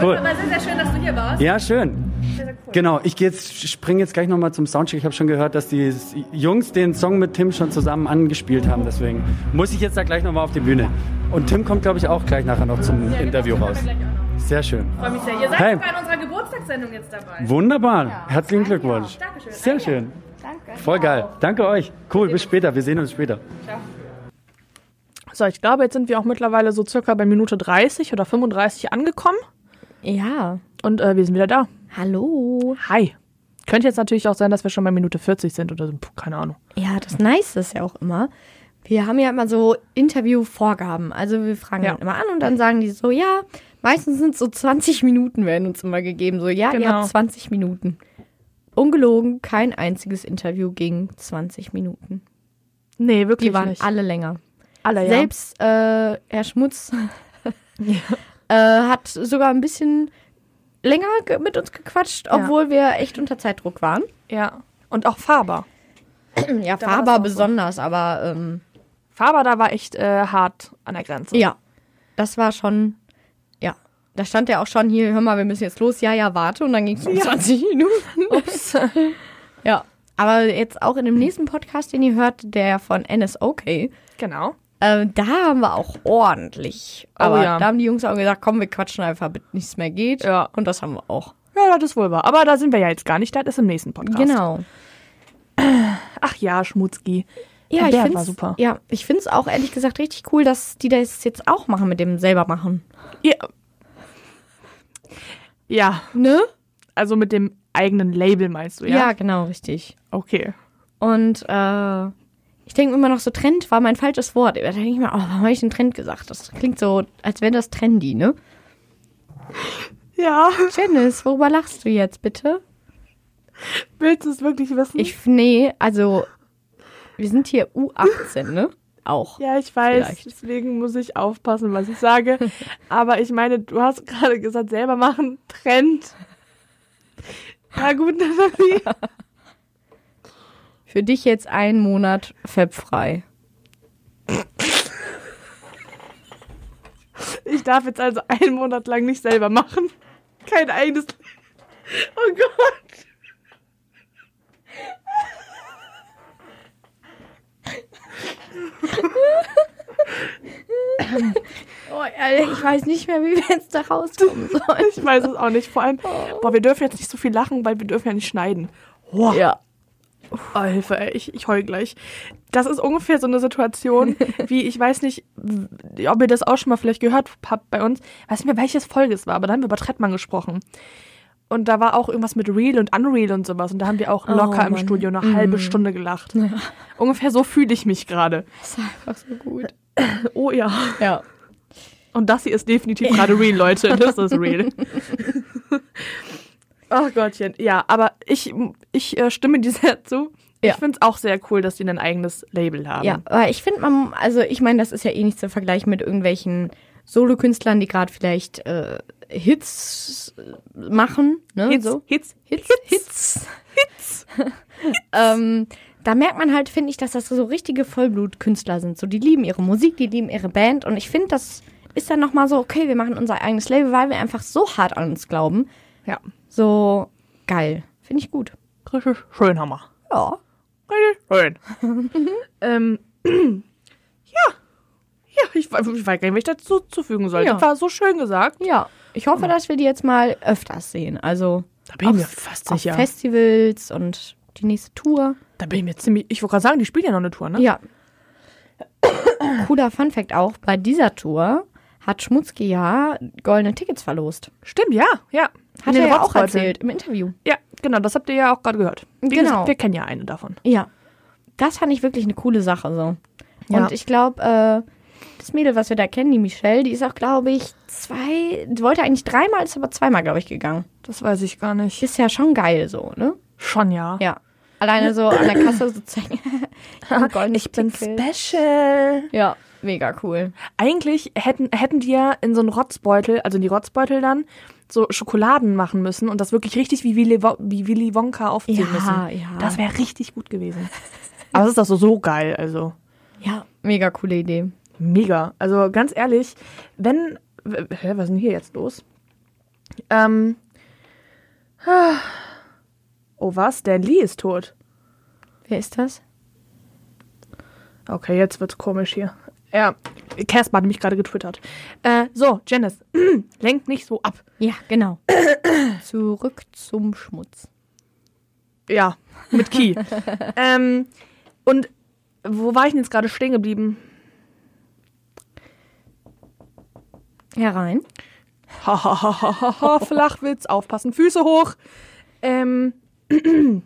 D: Cool.
A: Aber sehr, sehr schön, dass du hier warst.
D: Ja, schön.
A: Sehr, sehr cool.
D: Genau, ich geh jetzt, springe jetzt gleich nochmal zum Soundcheck. Ich habe schon gehört, dass die Jungs den Song mit Tim schon zusammen angespielt haben. Deswegen muss ich jetzt da gleich nochmal auf die Bühne. Und Tim kommt, glaube ich, auch gleich nachher noch zum
A: Ja, genau,
D: Interview
A: das
D: raus.
A: machen wir gleich auch noch.
D: Sehr schön.
A: Freue mich sehr. Ihr seid
D: Hey.
A: sogar in unserer Geburtstagssendung jetzt dabei.
D: Wunderbar. Herzlichen Glückwunsch.
A: Dankeschön.
D: Sehr
A: Danke.
D: schön.
A: Danke.
D: Voll geil. Danke euch. Cool, bis später. Wir sehen uns später.
C: So, ich glaube, jetzt sind wir auch mittlerweile so circa bei Minute 30 oder 35 angekommen
B: Ja.
C: und äh, wir sind wieder da.
B: Hallo.
C: Hi. Könnte jetzt natürlich auch sein, dass wir schon bei Minute 40 sind oder so. Puh, keine Ahnung.
B: Ja, das Nice ist ja auch immer. Wir haben ja immer so Interviewvorgaben. Also wir fragen
C: Ja.
B: dann immer an und dann sagen die so, ja, meistens sind so 20 Minuten werden uns immer gegeben. So, ja, ihr
C: Genau.
B: habt 20 Minuten. Ungelogen, kein einziges Interview ging 20 Minuten.
C: Nee,
B: Die
C: wirklich
B: waren
C: nicht.
B: alle länger.
C: alle ja.
B: Also Selbst äh, Herr Schmutz äh, hat sogar ein bisschen länger ge- mit uns gequatscht, obwohl wir echt unter Zeitdruck waren.
C: Ja. Und auch Faber.
B: Ja,
C: war das auch
B: Faber
C: so.
B: besonders, aber ähm,
C: Faber, da war echt äh, hart an der Grenze.
B: ja, das war schon, ja, da stand ja auch schon hier, hör mal, wir müssen jetzt los, ja, ja, warte und dann ging es um 20 Minuten. Ups. ja, aber jetzt auch in dem nächsten Podcast, den ihr hört, der von NSOK, äh,
C: Genau.
B: da haben wir auch ordentlich, aber
C: Oh ja.
B: da haben die Jungs auch gesagt, komm, wir quatschen einfach, bis nichts mehr geht
C: Ja.
B: und das haben wir auch.
C: Ja, das ist wohl wahr. Aber da sind wir ja jetzt gar nicht. Das ist im nächsten Podcast.
B: Genau.
C: Ach ja, Schmutzki.
B: Ja, ich
C: der
B: finde
C: war super.
B: Ja, ich finde es auch ehrlich gesagt richtig cool, dass die das jetzt auch machen mit dem selber machen.
C: Ja. ja.
B: Ne?
C: Also mit dem eigenen Label meinst du, ja?
B: Ja, genau, richtig.
C: Okay.
B: Und äh, ich denke immer noch so, Trend war mein falsches Wort. Da denke ich mir, oh, warum habe ich den Trend gesagt? Das klingt so, als wäre das trendy, ne?
C: Ja.
B: Janice, worüber lachst du jetzt bitte?
C: Willst du es wirklich wissen?
B: Ich, nee, also, wir sind hier U18, ne? Auch.
C: ja, ich weiß.
B: Vielleicht.
C: Deswegen muss ich aufpassen, was ich sage. Aber ich meine, du hast gerade gesagt, selber machen, Trend. Ja, gut, Nathalie.
B: Für dich jetzt einen Monat fabfrei.
C: Ich darf jetzt also einen Monat lang nicht selber machen. Kein eigenes. Oh Gott.
B: Oh, ehrlich, ich weiß nicht mehr, wie wir jetzt da rauskommen sollen.
C: Ich weiß es auch nicht. Vor allem, boah, wir dürfen jetzt nicht so viel lachen, weil wir dürfen ja nicht schneiden. Boah.
B: Ja.
C: Oh, Hilfe, ey, ich, ich heul gleich. Das ist ungefähr so eine Situation, wie ich weiß nicht, w- ob ihr das auch schon mal vielleicht gehört habt bei uns. Weiß nicht mehr, welches Folge es war, aber da haben wir über Trettmann gesprochen. Und da war auch irgendwas mit Real und Unreal und sowas. Und da haben wir auch locker im
B: Mann.
C: Studio eine halbe Stunde gelacht. Ungefähr so fühle ich mich gerade.
B: Das war einfach so gut.
C: Oh ja.
B: Ja.
C: Und das hier ist definitiv gerade real, Leute. Das ist real. Ach Gottchen. Ja, aber ich, ich äh, stimme dir sehr zu.
B: Ja.
C: Ich finde es auch sehr cool, dass die ein eigenes Label haben.
B: Ja, aber ich finde man, also ich meine, das ist ja eh nicht zu vergleichen mit irgendwelchen Solokünstlern, die gerade vielleicht äh, Hits machen, ne?
C: Hits,
B: so.
C: Hits,
B: Hits, Hits. ähm, da merkt man halt, finde ich, dass das so richtige Vollblutkünstler sind. So, die lieben ihre Musik, die lieben ihre Band und ich finde, das ist dann nochmal so, okay, wir machen unser eigenes Label, weil wir einfach so hart an uns glauben.
C: Ja.
B: So geil. Finde ich gut.
C: Richtig schön, Hammer.
B: Ja.
C: Richtig schön. ähm, ja. Ja, ich, we- ich weiß gar nicht, was ich dazu zufügen soll.
B: Ja.
C: Das war so schön gesagt.
B: Ja. Ich hoffe, dass wir die jetzt mal öfters sehen. Also.
C: Da bin ich mir
B: Auf-
C: fast
B: auf
C: sicher.
B: Festivals und die nächste Tour.
C: Da bin ich mir ziemlich. Ich wollte gerade sagen, die spielen ja noch eine Tour, ne?
B: Ja. Cooler Fun Fact auch, bei dieser Tour hat Schmutzki ja goldene Tickets verlost.
C: Stimmt, ja, ja.
B: Hat
C: In den
B: er ja auch
C: Rotzbeuteln.
B: erzählt im Interview.
C: Ja, genau, das habt ihr ja auch gerade gehört. Wie
B: Genau.
C: Gesagt, wir kennen ja eine davon.
B: Ja. Das fand ich wirklich eine coole Sache so.
C: Ja.
B: Und ich glaube, äh, das Mädel, was wir da kennen, die Michelle, die ist auch, glaube ich, zwei, die wollte eigentlich dreimal, ist aber zweimal, glaube ich, gegangen.
C: Das weiß ich gar nicht.
B: Ist ja schon geil so, ne?
C: Schon ja.
B: Ja. Alleine so an der Kasse so zeigen. ich
C: special.
B: Ja, mega cool.
C: Eigentlich hätten, hätten die ja in so einen Rotzbeutel, also in die Rotzbeutel dann, so Schokoladen machen müssen und das wirklich richtig wie Willy, Wo- wie Willy Wonka aufziehen
B: Ja,
C: müssen.
B: ja.
C: Das wäre richtig gut gewesen. Aber es ist doch so, so geil, also.
B: Ja, mega coole Idee.
C: Mega. Also ganz ehrlich, wenn. w- Hä, was ist denn hier jetzt los? Ähm. ah. Oh was? Stan Lee ist tot.
B: Wer ist das?
C: Okay, jetzt wird's komisch hier. Ja, Casper hat mich gerade getwittert. Äh, so, Janice, lenkt nicht so ab.
B: Ja, genau. Zurück zum Schmutz.
C: Ja, mit Key. ähm, und wo war ich denn jetzt gerade stehen geblieben?
B: Herein.
C: Hahaha, Flachwitz, aufpassen, Füße hoch. Ähm,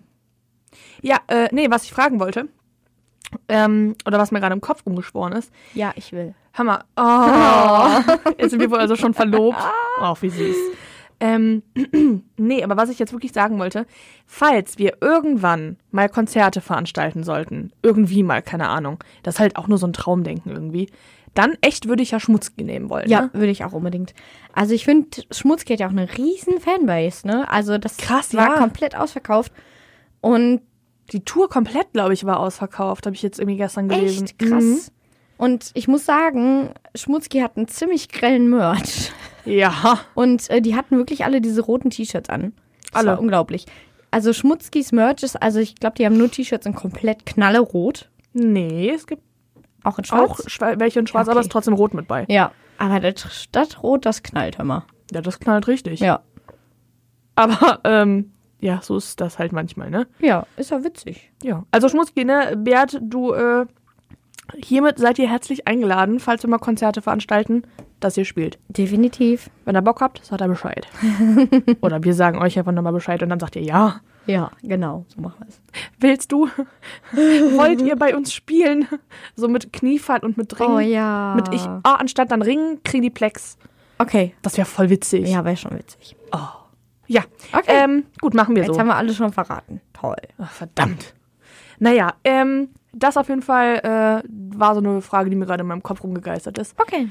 C: ja, äh, nee, was ich fragen wollte, ähm, oder was mir gerade im Kopf umgeschworen ist.
B: Ja, ich will.
C: Hammer. Oh, jetzt sind wir wohl also schon verlobt.
B: Ah.
C: Auch wie süß. Ähm, nee, aber was ich jetzt wirklich sagen wollte, falls wir irgendwann mal Konzerte veranstalten sollten, irgendwie mal, keine Ahnung, das ist halt auch nur so ein Traumdenken irgendwie, dann echt würde ich ja Schmutzki nehmen wollen.
B: Ja,
C: Ne?
B: würde ich auch unbedingt. Also ich finde, Schmutzki hat ja auch eine riesen Fanbase, ne? Also das
C: Krass,
B: war
C: ja.
B: komplett ausverkauft. Und
C: Die Tour komplett, glaube ich, war ausverkauft, habe ich jetzt irgendwie gestern gelesen.
B: echt krass.
C: Mhm.
B: Und ich muss sagen, Schmutzki hat einen ziemlich grellen Merch.
C: Ja.
B: Und äh, die hatten wirklich alle diese roten T-Shirts an. Das
C: Alle.
B: War unglaublich. Also Schmutzkis Merch ist, also ich glaube, die haben nur T-Shirts in komplett knallerot.
C: Nee, es gibt
B: Auch in schwarz.
C: auch schwa- welche in schwarz, aber es ist
B: Okay.
C: trotzdem rot mit bei.
B: Ja. Aber das Stadtrot, das knallt, hör mal.
C: Ja, das knallt richtig.
B: Ja.
C: Aber, ähm, ja, so ist das halt manchmal, ne?
B: Ja, ist ja witzig.
C: Ja, also Schmutzki, ne, Bert, du, äh, hiermit seid ihr herzlich eingeladen, falls wir mal Konzerte veranstalten, dass ihr spielt.
B: Definitiv.
C: Wenn ihr Bock habt, sagt er Bescheid. Oder wir sagen euch einfach nochmal Bescheid und dann sagt ihr ja.
B: Ja, genau. So machen wir es.
C: Willst du? Wollt ihr bei uns spielen? So mit Kniefall und mit Ringen.
B: Oh ja.
C: Mit ich, ah, anstatt dann Ringen, kriegen die Plex.
B: Okay.
C: Das wäre voll witzig.
B: Ja, wäre schon witzig.
C: Ja.
B: Okay. Also.
C: Ähm, gut, machen wir
B: Jetzt
C: so.
B: haben wir alle schon verraten. Toll.
C: Ach, verdammt. Naja, ähm, das auf jeden Fall äh, war so eine Frage, die mir gerade in meinem Kopf rumgegeistert ist.
B: Okay.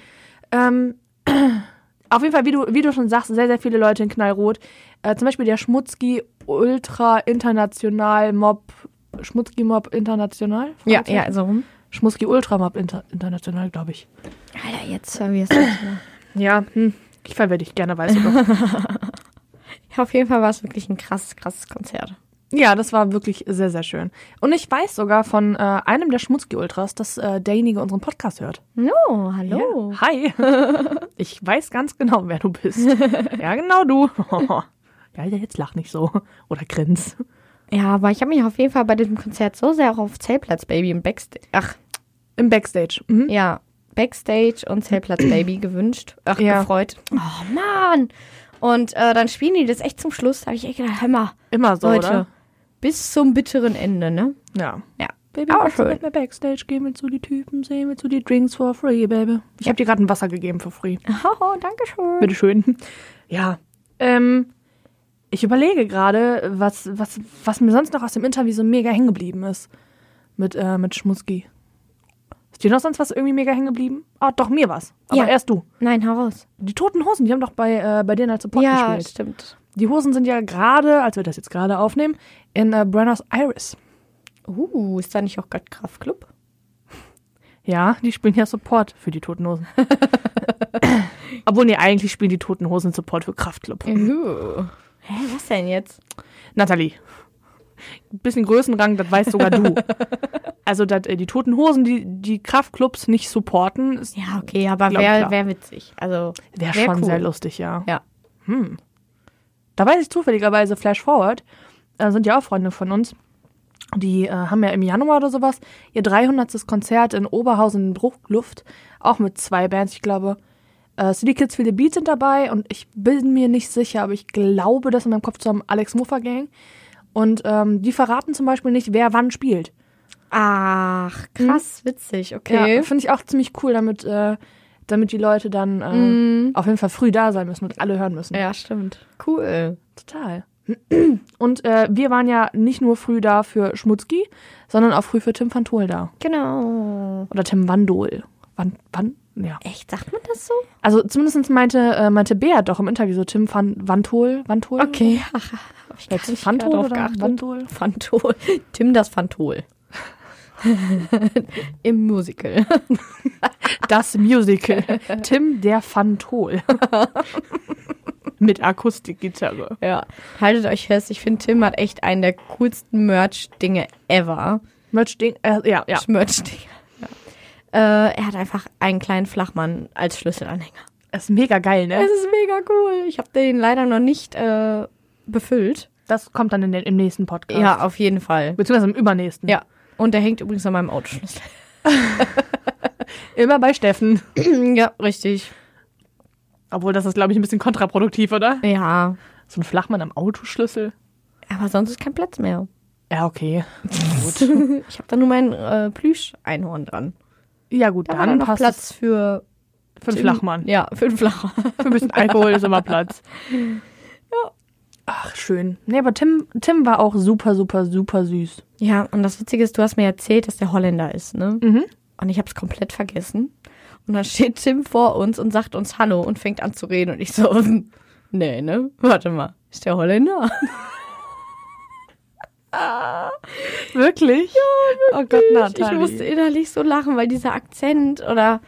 C: Ähm, auf jeden Fall, wie du, wie du schon sagst, sehr, sehr viele Leute in Knallrot. Äh, zum Beispiel der Schmutzki Ultra International Mob. Schmutzki Mob International?
B: Ja, also. ja, so rum.
C: Schmutzki Ultra Mob Inter International, glaube ich.
B: Alter, jetzt haben wir es.
C: Ja, hm. Ich verwirre dich gerne, weißt du doch.
B: Auf jeden Fall war es wirklich ein krasses, krasses Konzert.
C: Ja, das war wirklich sehr, sehr schön. Und ich weiß sogar von äh, einem der Schmutzki-Ultras, dass äh, derjenige unseren Podcast hört.
B: No, hallo.
C: Ja. Hi. Ich weiß ganz genau, wer du bist. Ja, genau du. Ja, ja, jetzt lach nicht so. Oder grins.
B: Ja, aber ich habe mich auf jeden Fall bei diesem Konzert so sehr auch auf Zellplatz Baby im Backstage. Ach,
C: Im Backstage. Mhm.
B: ja. Backstage und Zellplatz Baby gewünscht. Ach,
C: Ja.
B: gefreut. Oh Mann. Und äh, dann spielen die das echt zum Schluss. Da habe ich echt gedacht, Hammer.
C: Immer so,
B: Leute.
C: oder?
B: Bis zum bitteren Ende, ne?
C: Ja.
B: Ja.
C: Baby,
B: Aber
C: kommst du
B: schön.
C: mit mir Backstage, gehen wir zu die Typen, sehen wir zu die Drinks for free, Baby. Ich hab habe dir gerade ein Wasser gegeben für free.
B: Oh, danke schön.
C: Bitteschön. Ja. Ähm, ich überlege gerade, was, was, was mir sonst noch aus dem Interview so mega hängen geblieben ist. Mit, äh, mit Schmutzki. Ist dir noch sonst was irgendwie mega hängen geblieben? Ah, doch, mir was. Aber
B: Ja.
C: erst du.
B: Nein, hau raus.
C: Die toten Hosen, die haben doch bei, äh, bei denen als Support
B: ja,
C: gespielt.
B: stimmt.
C: Die Hosen sind ja gerade, als wir das jetzt gerade aufnehmen, in äh, Buenos Aires.
B: Uh, ist da nicht auch Gottgraf Club?
C: Ja, die spielen ja Support für die Toten Hosen. Obwohl, nee, eigentlich spielen die Toten Hosen Support für Kraftclub.
B: Uh. Hä, was denn jetzt?
C: Nathalie, ein bisschen Größenrang, das weißt sogar du. Also, dass äh, die Toten Hosen die, die Kraftclubs nicht supporten, ist
B: Ja, okay, aber
C: Glaub
B: wäre
C: klar.
B: wär witzig. Also,
C: Wäre
B: Wär
C: schon
B: cool.
C: sehr lustig, ja.
B: Ja.
C: Hm. Da weiß ich zufälligerweise, Flash Forward, äh, sind ja auch Freunde von uns, die äh, haben ja im Januar oder sowas ihr 300. Konzert in Oberhausen in Bruchluft, auch mit zwei Bands, ich glaube. Äh, City Kids Feel the Beat sind dabei und ich bin mir nicht sicher, aber ich glaube, das in meinem Kopf zu haben, Alex Muffer Gang. Und ähm, die verraten zum Beispiel nicht, wer wann spielt.
B: Ach, krass, witzig, okay.
C: Ja, finde ich auch ziemlich cool, damit, äh, damit die Leute dann äh,
B: Mhm.
C: auf jeden Fall früh da sein müssen und alle hören müssen.
B: Ja, stimmt. Cool.
C: Total. Und äh, wir waren ja nicht nur früh da für Schmutzki, sondern auch früh für Tim van Tol da.
B: Genau.
C: Oder Tim Wandol. Wann, wann? Ja.
B: Echt, sagt man das so?
C: Also zumindest meinte, äh, meinte Bea doch im Interview so Tim van Wandol. Wandol?
B: Okay, ach, hab ich
C: Jetzt
B: nicht
C: Fantol
B: drauf
C: oder
B: geachtet.
C: Wandol?
B: Fantol. Tim das Fantol. Im Musical.
C: Das Musical. Tim der Fantol. Mit Akustikgitarre.
B: Ja. Haltet euch fest, ich finde, Tim hat echt einen der coolsten Merch-Dinge ever.
C: Merch-Ding. Äh, ja, ja.
B: Merch-Dinge. Ja. Äh, er hat einfach einen kleinen Flachmann als Schlüsselanhänger.
C: Das ist mega geil, ne?
B: Es ist mega cool. Ich habe den leider noch nicht äh, befüllt.
C: Das kommt dann in den, im nächsten Podcast.
B: Ja, auf jeden Fall.
C: Beziehungsweise im übernächsten.
B: Ja. Und der hängt übrigens an meinem Autoschlüssel.
C: Immer bei Steffen.
B: ja, richtig.
C: Obwohl, das ist, glaube ich, ein bisschen kontraproduktiv, oder?
B: Ja.
C: So ein Flachmann am Autoschlüssel.
B: Aber sonst ist kein Platz mehr.
C: Ja, okay.
B: Ich habe da nur mein äh, Plüsch-Einhorn dran.
C: Ja, gut,
B: Da war
C: dann
B: noch
C: passt
B: Platz für
C: es für einen
B: Tim.
C: Flachmann.
B: Ja, für einen Flachmann.
C: Für ein bisschen Alkohol ist immer Platz. Ja. Ach, schön. Nee, aber Tim, Tim war auch super, super, super süß.
B: Ja, und das Witzige ist, du hast mir erzählt, dass der Holländer ist, ne?
C: Mhm.
B: Und ich habe es komplett vergessen. Und dann steht Tim vor uns und sagt uns Hallo und fängt an zu reden. Und ich so, nee, ne? Warte mal, ist der Holländer?
C: Wirklich? Ja, wirklich. Oh Gott, Nathalie.
B: Ich musste innerlich so lachen, weil dieser Akzent oder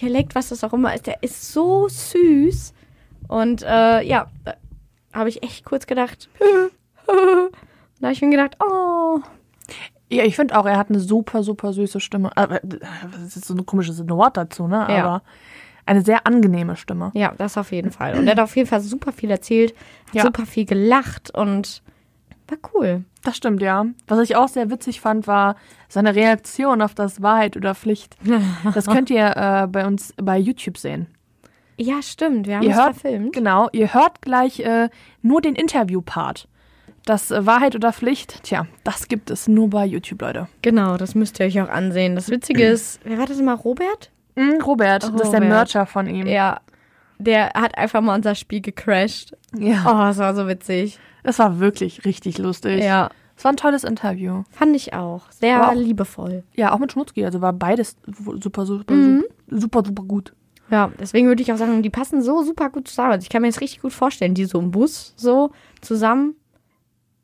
B: Dialekt, was das auch immer ist, der ist so süß. Und äh, ja, da habe ich echt kurz gedacht. und da habe ich mir gedacht, oh,
C: Ja, ich finde auch, er hat eine super, super süße Stimme. Aber, äh, Das ist so ein komisches Wort dazu, ne?
B: Ja.
C: Aber eine sehr angenehme Stimme.
B: Ja, das auf jeden Fall. Und er hat auf jeden Fall super viel erzählt, hat
C: Ja.
B: super viel gelacht und war cool.
C: Das stimmt, ja. Was ich auch sehr witzig fand, war seine Reaktion auf das Wahrheit oder Pflicht. Das könnt ihr äh, bei uns bei YouTube sehen.
B: Ja, stimmt. Wir haben
C: ihr
B: es
C: hört,
B: verfilmt.
C: Genau, ihr hört gleich äh, nur den Interview-Part. Das äh, Wahrheit oder Pflicht, tja, das gibt es nur bei YouTube, Leute.
B: Genau, das müsst ihr euch auch ansehen. Das Witzige ist, wer war das immer? Robert?
C: Mhm, Robert, das ist der
B: Robert.
C: Mercher von ihm.
B: Ja. Der hat einfach mal unser Spiel gecrashed.
C: ja.
B: Oh, das war so witzig.
C: Es war wirklich richtig lustig.
B: Ja.
C: Es war ein tolles Interview.
B: Fand ich auch. Sehr
C: Wow.
B: liebevoll.
C: Ja, auch mit Schmutzki, also war beides super, super,
B: Mhm.
C: super, super gut.
B: Ja, deswegen würde ich auch sagen, die passen so super gut zusammen. Also ich kann mir das richtig gut vorstellen, die so im Bus so zusammen.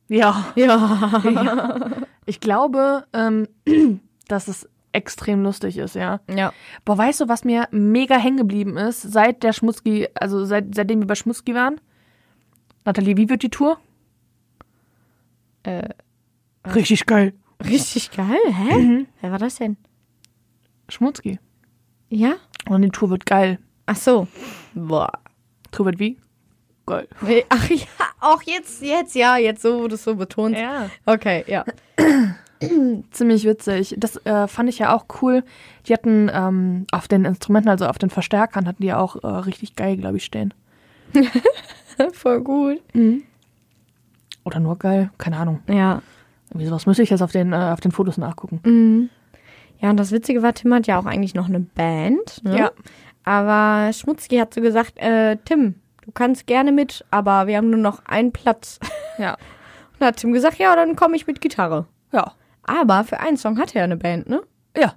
C: Ja.
B: Ja.
C: Ich glaube, ähm, dass es extrem lustig ist, ja.
B: Ja.
C: Boah, weißt du, was mir mega hängen geblieben ist, seit der Schmutzki, also seit, seitdem wir bei Schmutzki waren? Nathalie, wie wird die Tour? Äh. Richtig geil.
B: Richtig geil, hä? Wer war das denn?
C: Schmutzki.
B: Ja?
C: Und die Tour wird geil.
B: Ach so. Boah.
C: Tour wird wie? Geil.
B: Nee, Ach ja, auch jetzt, jetzt, ja, jetzt so, wo du es so betonst.
C: Ja.
B: Okay, ja.
C: Ziemlich witzig. Das äh, fand ich ja auch cool. Die hatten ähm, auf den Instrumenten, also auf den Verstärkern, hatten die ja auch äh, richtig geil, glaube ich, stehen.
B: Voll gut.
C: Oder nur geil, keine Ahnung.
B: Ja.
C: Irgendwie sowas müsste ich jetzt auf den, äh, auf den Fotos nachgucken.
B: Ja, und das Witzige war, Tim hat ja auch eigentlich noch eine Band. Ne?
C: Ja.
B: Aber Schmutzki hat so gesagt, äh, Tim, du kannst gerne mit, aber wir haben nur noch einen Platz.
C: Ja.
B: Und dann hat Tim gesagt, ja, dann komme ich mit Gitarre.
C: Ja.
B: Aber für einen Song hat er ja eine Band, ne?
C: Ja.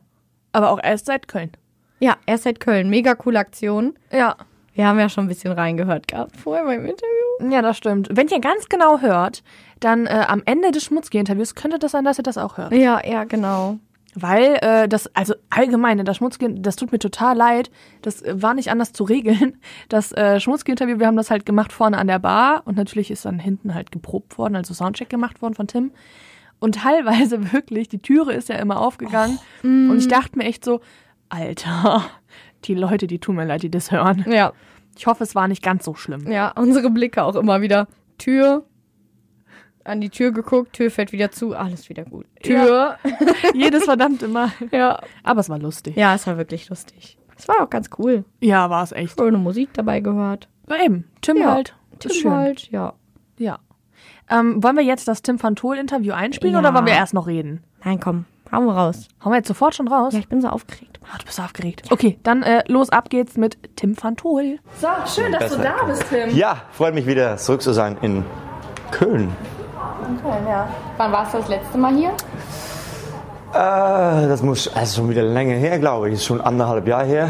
C: Aber auch erst seit Köln.
B: Ja, er ist seit Köln. Mega coole Aktion.
C: Ja.
B: Wir haben ja schon ein bisschen reingehört gehabt vorher beim Interview.
C: Ja, das stimmt. Wenn ihr ganz genau hört, dann äh, am Ende des Schmutzki-Interviews könnte das sein, dass ihr das auch hört.
B: Ja, ja, genau.
C: Weil äh, das, also allgemein, das Schmutzki, das tut mir total leid. Das äh, war nicht anders zu regeln. Das äh, Schmutzki-Interview, wir haben das halt gemacht vorne an der Bar und natürlich ist dann hinten halt geprobt worden, also Soundcheck gemacht worden von Tim. Und teilweise wirklich, die Türe ist ja immer aufgegangen und ich dachte mir echt so, Alter, die Leute, die tun mir leid, die das hören.
B: Ja,
C: Ich hoffe, es war nicht ganz so schlimm.
B: Ja, unsere Blicke auch immer wieder. Tür, an die Tür geguckt, Tür fällt wieder zu, alles wieder gut. Tür.
C: Jedes verdammte Mal.
B: Ja,
C: Aber es war lustig.
B: ja es war wirklich lustig. Es war auch ganz cool.
C: Ja, war es echt.
B: Schöne Musik dabei gehört.
C: Na eben, Tim
B: Ja,
C: halt.
B: Tim
C: ist schön.
B: Wald, ja.
C: Ja. Ähm, wollen wir jetzt das Tim van Tol Interview einspielen
B: Ja.
C: oder wollen wir erst noch reden?
B: Nein, komm, Haben wir raus.
C: Hauen wir jetzt sofort schon raus?
B: Ja, ich bin so aufgeregt.
C: Ah, du bist aufgeregt. Okay, dann äh, los, ab geht's mit Tim van Tol.
A: So, schön, dass du
E: Besser
A: da bist, Tim.
E: Ja, freut mich wieder zurück zu sein in Köln.
A: Wann warst du das letzte Mal hier?
E: Äh, das muss also schon wieder länger her, glaube ich. Ist schon anderthalb Jahre her.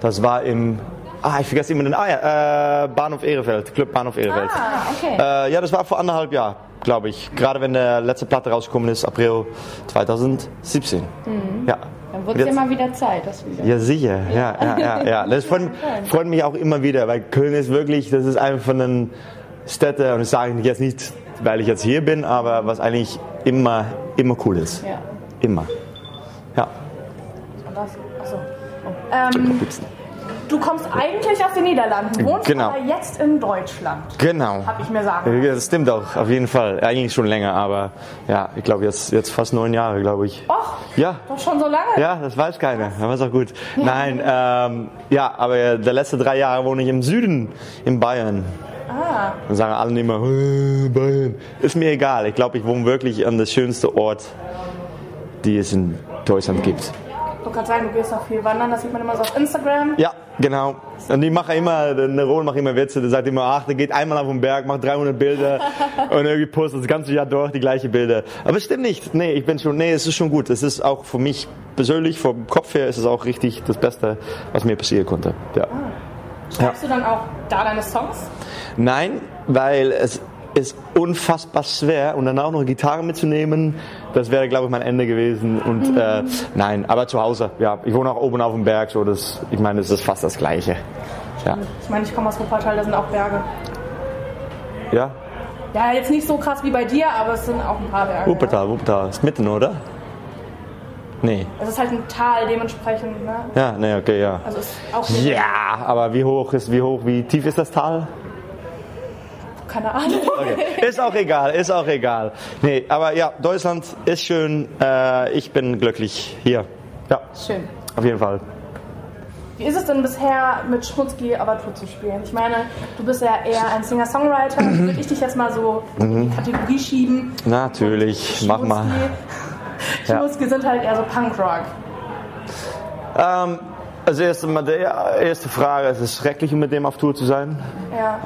E: Das war im. Ah, ich vergesse immer den. Ah ja, äh, Bahnhof Ehrefeld, Club Bahnhof Ehrefeld.
A: Ah, okay.
E: Äh, ja, das war vor anderthalb Jahren, glaube ich. Gerade wenn der letzte Platte rausgekommen ist, April 2017. Ja.
A: Mhm. Dann wird es
E: Jetzt-
A: ja mal wieder Zeit, dass wir wieder.
E: Ja, sicher. Ja, ja, ja. ja. Das freut, freut mich auch immer wieder, weil Köln ist wirklich, das ist eine von den Städten, und das sage ich jetzt nicht, weil ich jetzt hier bin, aber was eigentlich immer, immer cool ist.
A: Ja.
E: Immer. Ja.
A: Was? Achso. Ähm, du kommst eigentlich aus den Niederlanden, wohnst
E: Genau.
A: aber jetzt in Deutschland,
E: Genau.
A: hab ich mir sagen. lassen.
E: Ja, Das stimmt auch, auf jeden Fall. Eigentlich schon länger, aber ja, ich glaube jetzt, jetzt fast neun Jahre, glaube ich.
A: Och,
E: Ja,
A: doch schon so lange.
E: Ja, das weiß keiner. Aber ist auch gut. Nein, ähm, ja, aber die letzten drei Jahre wohne ich im Süden, in Bayern. Ah. Dann sagen alle immer, "Äh, Bayern. Ist mir egal. Ich glaube, ich wohne wirklich an der schönste Ort, die es in Deutschland gibt.
A: Du kannst sagen, du gehst noch viel wandern, das sieht man immer so auf Instagram.
E: Ja, genau. Und ich mache immer, der Ron macht immer Witze, der sagt immer, ach, der geht einmal auf den Berg, macht 300 Bilder und irgendwie postet das ganze Jahr durch die gleichen Bilder. Aber es stimmt nicht. Nee, ich bin schon, nee, es ist schon gut. Es ist auch für mich persönlich, vom Kopf her, ist es auch richtig das Beste, was mir passieren konnte. Ja.
A: Schreibst du dann auch da deine Songs?
E: Nein, weil es ist unfassbar schwer und dann auch noch Gitarre mitzunehmen, das wäre, glaube ich, mein Ende gewesen. Und
A: Mhm.
E: äh, nein, aber zu Hause, ja. Ich wohne auch oben auf dem Berg, so das, ich meine, es ist fast das Gleiche. Ja.
A: Ich meine, ich komme aus Wuppertal, da sind auch Berge.
E: Ja,
A: Ja, jetzt nicht so krass wie bei dir, aber es sind auch ein paar Berge.
E: Wuppertal, Wuppertal. Ist mitten, oder? Nee.
A: Es ist halt ein Tal dementsprechend, ne?
E: Ja, nee, okay, ja.
A: Also ist auch
E: Ja, aber wie hoch ist, wie hoch, wie tief ist das Tal?
A: keine Ahnung.
E: Okay. Ist auch egal, ist auch egal. Nee, aber ja, Deutschland ist schön. Äh, ich bin glücklich hier. Ja,
A: Schön.
E: auf jeden Fall.
A: Wie ist es denn bisher mit Schmutzki Avatur zu spielen? Ich meine, du bist ja eher ein Singer-Songwriter. Würde ich dich jetzt mal so in die Kategorie schieben.
E: Natürlich, mach mal.
A: Schmutzki,
E: Ja.
A: Schmutzki sind halt eher so Punkrock.
E: Ähm, also erst mal die erste Frage, es ist schrecklich, mit dem auf Tour zu sein.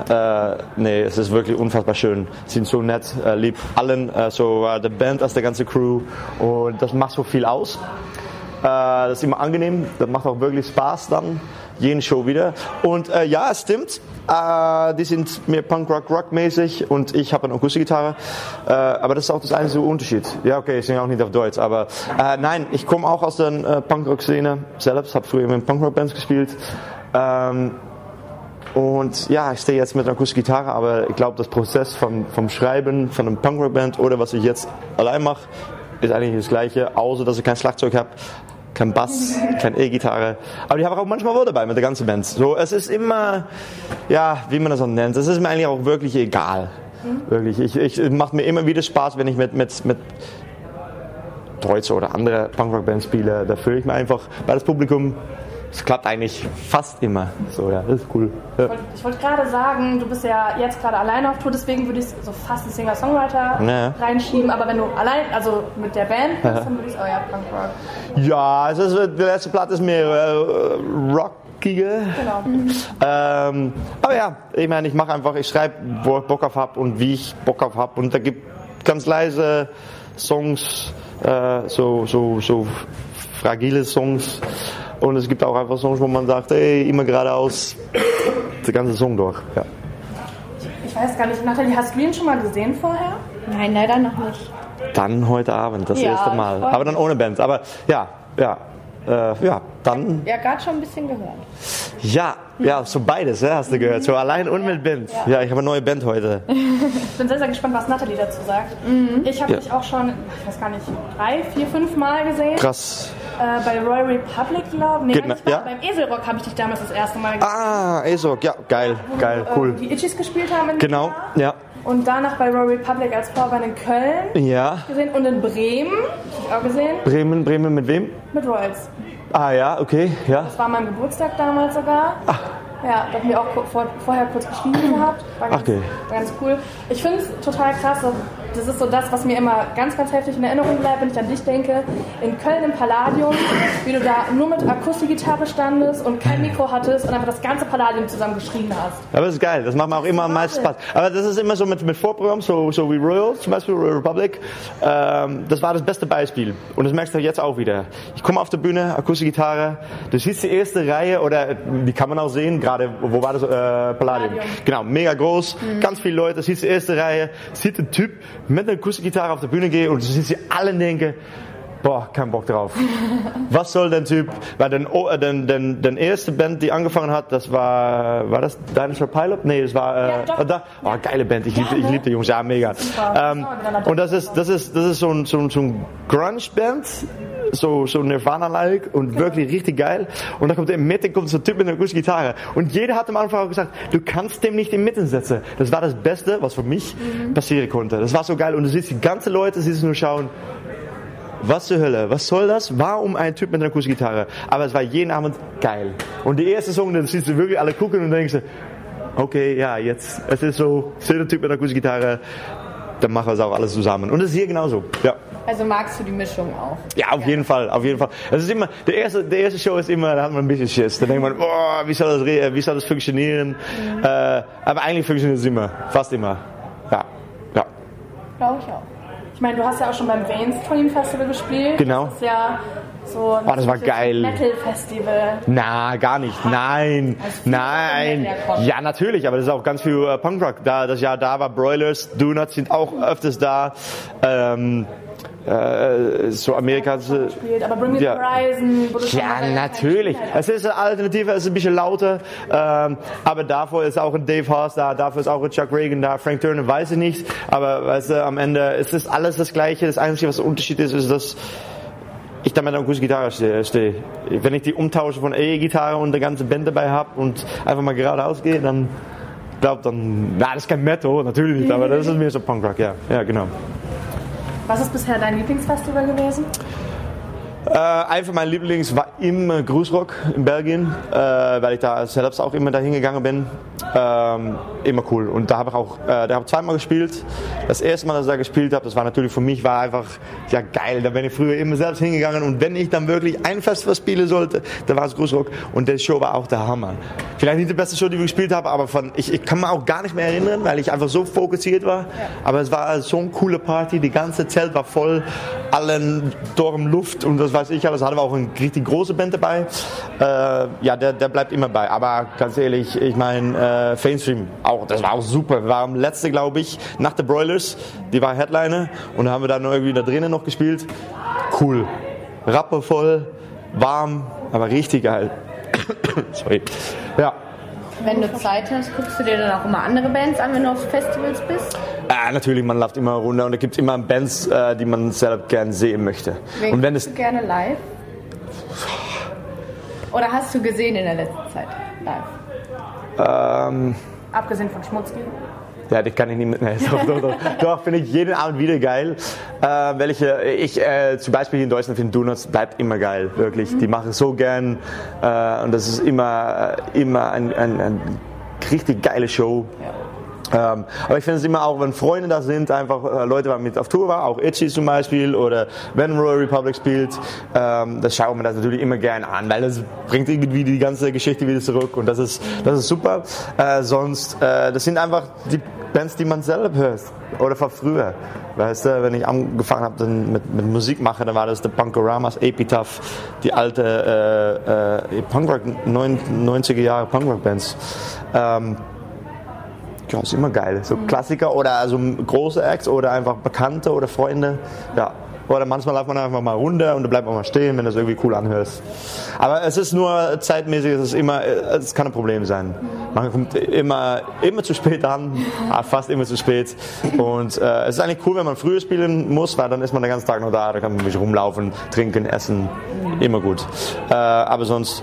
A: Ja.
E: Äh, nee, es ist wirklich unfassbar schön. Sie sind so nett, äh, lieb allen, äh, so äh, der Band als der ganze Crew. Und das macht so viel aus. Äh, das ist immer angenehm, das macht auch wirklich Spaß dann, jeden Show wieder. Und äh, ja, es stimmt, äh, die sind mehr Punk-Rock-Rock-mäßig und ich habe eine Akustikgitarre. Äh, aber das ist auch das einzige Unterschied. Ja, okay, ich singe auch nicht auf Deutsch, aber äh, nein, ich komme auch aus der äh, Punk-Rock-Szene selbst, habe früher in Punk-Rock-Bands gespielt. Ähm, und ja, ich stehe jetzt mit einer Akustikgitarre, aber ich glaube, das Prozess vom, vom Schreiben von einem Punkrock-Band oder was ich jetzt allein mache, ist eigentlich das Gleiche, außer dass ich kein Schlagzeug habe, kein Bass, keine E-Gitarre. Aber ich habe auch manchmal wohl dabei mit der ganzen Band. So, es ist immer, ja, wie man das auch nennt, es ist mir eigentlich auch wirklich egal. Wirklich, ich, ich, es macht mir immer wieder Spaß, wenn ich mit, mit, mit Deutsche oder andere Punkrock-Bands spiele. Da fühle ich mich einfach, weil das Publikum, es klappt eigentlich fast immer. So, ja, das ist cool. Ja.
A: Ich wollte gerade sagen, du bist ja jetzt gerade alleine auf Tour, deswegen würde ich so fast einen Singer-Songwriter
E: Ja.
A: reinschieben. Aber wenn du allein, also mit der Band bist, dann würde ich es auch ja Punkrock.
E: Ja, also es ist, die letzte Platte ist mehr äh, rockige.
A: Genau.
E: Ähm, aber ja, ich meine, ich mache einfach, ich schreibe, wo ich Bock auf hab und wie ich Bock auf hab Und da gibt ganz leise Songs, äh, so, so, so fragile Songs. Und es gibt auch einfach Songs, wo man sagt, ey, immer geradeaus, der ganze Song durch. Ja.
A: Ich weiß gar nicht, Nathalie, hast du ihn schon mal gesehen vorher?
B: Nein, leider noch nicht.
E: Dann heute Abend, das
B: Ja,
E: erste
B: ich
E: Mal.
B: freu
E: Aber dann ohne Band. Aber ja, ja. Äh, ja, dann
B: Ja, gerade schon ein bisschen gehört.
E: Ja, ja, so beides, ja, hast du gehört. So allein und mit Band. Ja, ich habe eine neue Band heute.
A: Ich bin sehr, sehr gespannt, was Nathalie dazu sagt. Ich habe
E: Ja.
A: dich auch schon, ich weiß gar nicht, drei, vier, fünf Mal gesehen.
E: Krass.
A: Äh, bei Royal Republic, glaube ich. Nee,
E: Genau,
A: gar nicht wahr.
E: ja.
A: beim Eselrock habe ich dich damals das erste Mal gesehen.
E: Ah, Esok, ja, geil, geil,
A: wo, Äh,
E: cool.
A: die Itchies gespielt haben in
E: Genau,
A: Jena.
E: ja.
A: Und danach bei Royal Republic als Vorband in Köln
E: Ja,
A: gesehen und in Bremen, hab ich auch gesehen,
E: Bremen, Bremen mit wem?
A: mit Royals.
E: Ah ja, okay, ja.
A: Das war mein Geburtstag damals sogar.
E: Ah.
A: Ja, da haben wir auch ku- vor, vorher kurz geschrieben gehabt. War ganz,
E: Okay.
A: war ganz cool. Ich finde es total krass, dass das ist so das, was mir immer ganz, ganz heftig in Erinnerung bleibt, wenn ich an dich denke. In Köln im Palladium, wie du da nur mit Akustikgitarre standest und kein Mikro hattest und einfach das ganze Palladium zusammen geschrien hast.
E: Aber das ist geil, das macht mir auch immer am meisten Spaß. Aber das ist immer so mit, mit Vorprogramm, so, so wie Royal, zum Beispiel Royal Republic. Ähm, das war das beste Beispiel. Und das merkst du jetzt auch wieder. Ich komme auf der Bühne, Akustikgitarre, du siehst die erste Reihe, oder die kann man auch sehen, gerade, wo war das? Äh, Palladium.
A: Palladium.
E: Genau, mega groß, ganz viele Leute, siehst die erste Reihe, sieht ein Typ mit einer Akustikgitarre auf der Bühne gehen und du siehst sie alle denken, Boah, kein Bock drauf. Was soll der Typ? Weil den, oh, äh, den, den, den erste Band, die angefangen hat, das war, war das Dinosaur Pilot? Nee, das war, äh,
A: Ja, doch.
E: oh, da, oh, geile Band, ich liebe, ich liebe die Jungs, ja, mega.
A: Super.
E: Ähm,
A: Ah, miteinander
E: und das ist, das ist, das ist so ein, so ein, so ein Grunge-Band, so, so Nirvana-like
A: Genau.
E: und wirklich richtig geil. Und dann kommt in der Mitte kommt so ein Typ mit einer Akustikgitarre. Und jeder hat am Anfang auch gesagt, du kannst dem nicht in Mitten setzen. Das war das Beste, was für mich
A: Mhm.
E: passieren konnte. Das war so geil. Und du siehst die ganzen Leute, siehst nur schauen, was zur Hölle? Was soll das? Warum ein Typ mit einer Akustikgitarre? Aber es war jeden Abend geil. Und die erste Song, dann siehst du wirklich alle gucken und denkst, okay, ja, jetzt, es ist so, steht der Typ mit einer Akustikgitarre, dann machen wir es auch alles zusammen. Und es ist hier genauso. Ja.
B: Also magst du die Mischung auch.
E: Ja, auf jeden Fall, auf jeden Fall. Es ist immer, der erste, der erste Show ist immer, da hat man ein bisschen Schiss. Da denkt man, boah, wie soll das, re- wie soll das funktionieren?
A: Mhm.
E: Äh, aber eigentlich funktioniert es immer, fast immer. Ja, ja.
A: Glaube ich auch. Ich meine, du hast ja auch schon beim Mainstream Festival gespielt.
E: Genau.
A: Das ist ja so ein
E: Oh, das war geil.
A: Metal Festival.
E: Na, gar nicht. Nein,
A: Also
E: nein.
A: viel Rock.
E: Ja, natürlich, aber das ist auch ganz viel äh, Punkrock. Da das Jahr da war Broilers, Donuts sind auch öfters da. Ähm, äh, so amerikanische.
A: gespielt. Aber Bring Me the
E: Ja.
A: Horizon. wo du schon mal
E: Ja,
A: deine
E: natürlich.
A: Kleinigkeit
E: Es ist eine Alternative, es ist ein bisschen lauter. Ähm, aber davor ist auch ein Dave Haas da, dafür ist auch ein Chuck Reagan da. Frank Turner weiß ich nicht. Aber weißt du, am Ende ist es alles das Gleiche. Das Einzige, was der Unterschied ist, ist, dass ich da mit einer guten Gitarre stehe. stehe. Wenn ich die umtausche von E-Gitarre und der ganze Band dabei habe und einfach mal geradeaus gehe, dann glaube dann, na, das ist kein Metal, natürlich nicht, aber das ist mir so Punkrock, ja. Ja, genau.
A: Was ist bisher dein Lieblingsfestival gewesen?
E: Äh, einer von meinen Lieblings war immer Grußrock in Belgien, äh, weil ich da selbst auch immer dahin gegangen bin. Ähm, immer cool. Und da habe ich auch, äh, da habe ich zweimal gespielt. Das erste Mal, dass ich da gespielt habe, das war natürlich für mich war einfach ja geil. Da bin ich früher immer selbst hingegangen und wenn ich dann wirklich ein Festival spielen sollte, dann war es Grußrock und der Show war auch der Hammer. Vielleicht nicht die beste Show, die wir gespielt haben, aber von ich, ich kann mir auch gar nicht mehr erinnern, weil ich einfach so fokussiert war. Aber es war also so eine coole Party. Die ganze Zelt war voll, allen Dorm Luft und das weiß ich alles. Hatten wir auch eine richtig große Band dabei. Äh, ja, der, der bleibt immer bei. Aber ganz ehrlich, ich meine, äh, Fanstream, auch, das war auch super. Wir waren letzte, glaube ich, nach der Broilers. Die war Headliner und haben wir dann irgendwie da drinnen noch gespielt. Cool. Rappevoll, warm, aber richtig geil. Sorry. Ja.
B: Wenn du Zeit hast, guckst du dir dann auch immer andere Bands an, wenn du auf Festivals bist?
E: Ah, natürlich, man läuft immer runter und es gibt immer Bands, äh, die man selbst gern sehen möchte.
B: Wen
E: Und wenn
B: guckst
E: es
B: du gerne live? Oder hast du gesehen in der letzten Zeit live?
E: ähm,
A: Abgesehen von Schmutzki.
E: ja, das kann ich nicht mit. Nee, doch, doch, doch. doch finde ich jeden Abend wieder geil. Äh, welche ich äh, zum Beispiel hier in Deutschland finde Donuts bleibt immer geil, wirklich. Die mache ich so gern äh, und das ist immer äh, immer ein, ein, ein richtig geile Show. Ähm, aber ich finde es immer auch, wenn Freunde da sind, einfach äh, Leute, die mit auf Tour waren, auch Itchy zum Beispiel oder wenn Royal Republic spielt, ähm, das schauen wir das natürlich immer gerne an, weil das bringt irgendwie die ganze Geschichte wieder zurück und das ist, das ist super. Äh, sonst, äh, das sind einfach die Bands, die man selber hört oder von früher. Weißt du, wenn ich angefangen habe dann mit, mit Musik machen, dann war das der Punkoramas, Epitaph, die alte äh, äh, Punkrock, 90er Jahre Punkrock-Bands. Ähm, ja, ist immer geil. So Klassiker oder also große Acts oder einfach Bekannte oder Freunde. Ja. Oder manchmal läuft man einfach mal runter und du bleibst auch mal stehen, wenn du es irgendwie cool anhörst. Aber es ist nur zeitmäßig, es ist immer, es kann ein Problem sein. Man kommt immer, immer zu spät an, ah, fast immer zu spät. Und äh, es ist eigentlich cool, wenn man früher spielen muss, weil dann ist man den ganzen Tag noch da, da kann man ein bisschen rumlaufen, trinken, essen, immer gut. Äh, aber sonst,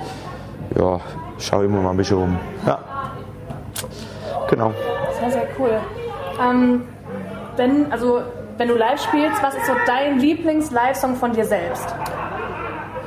E: ja, schau immer mal ein bisschen rum. Ja, genau.
A: Sehr, sehr cool. Ähm, wenn, also, wenn du live spielst, was ist so dein Lieblings-Live-Song von dir selbst?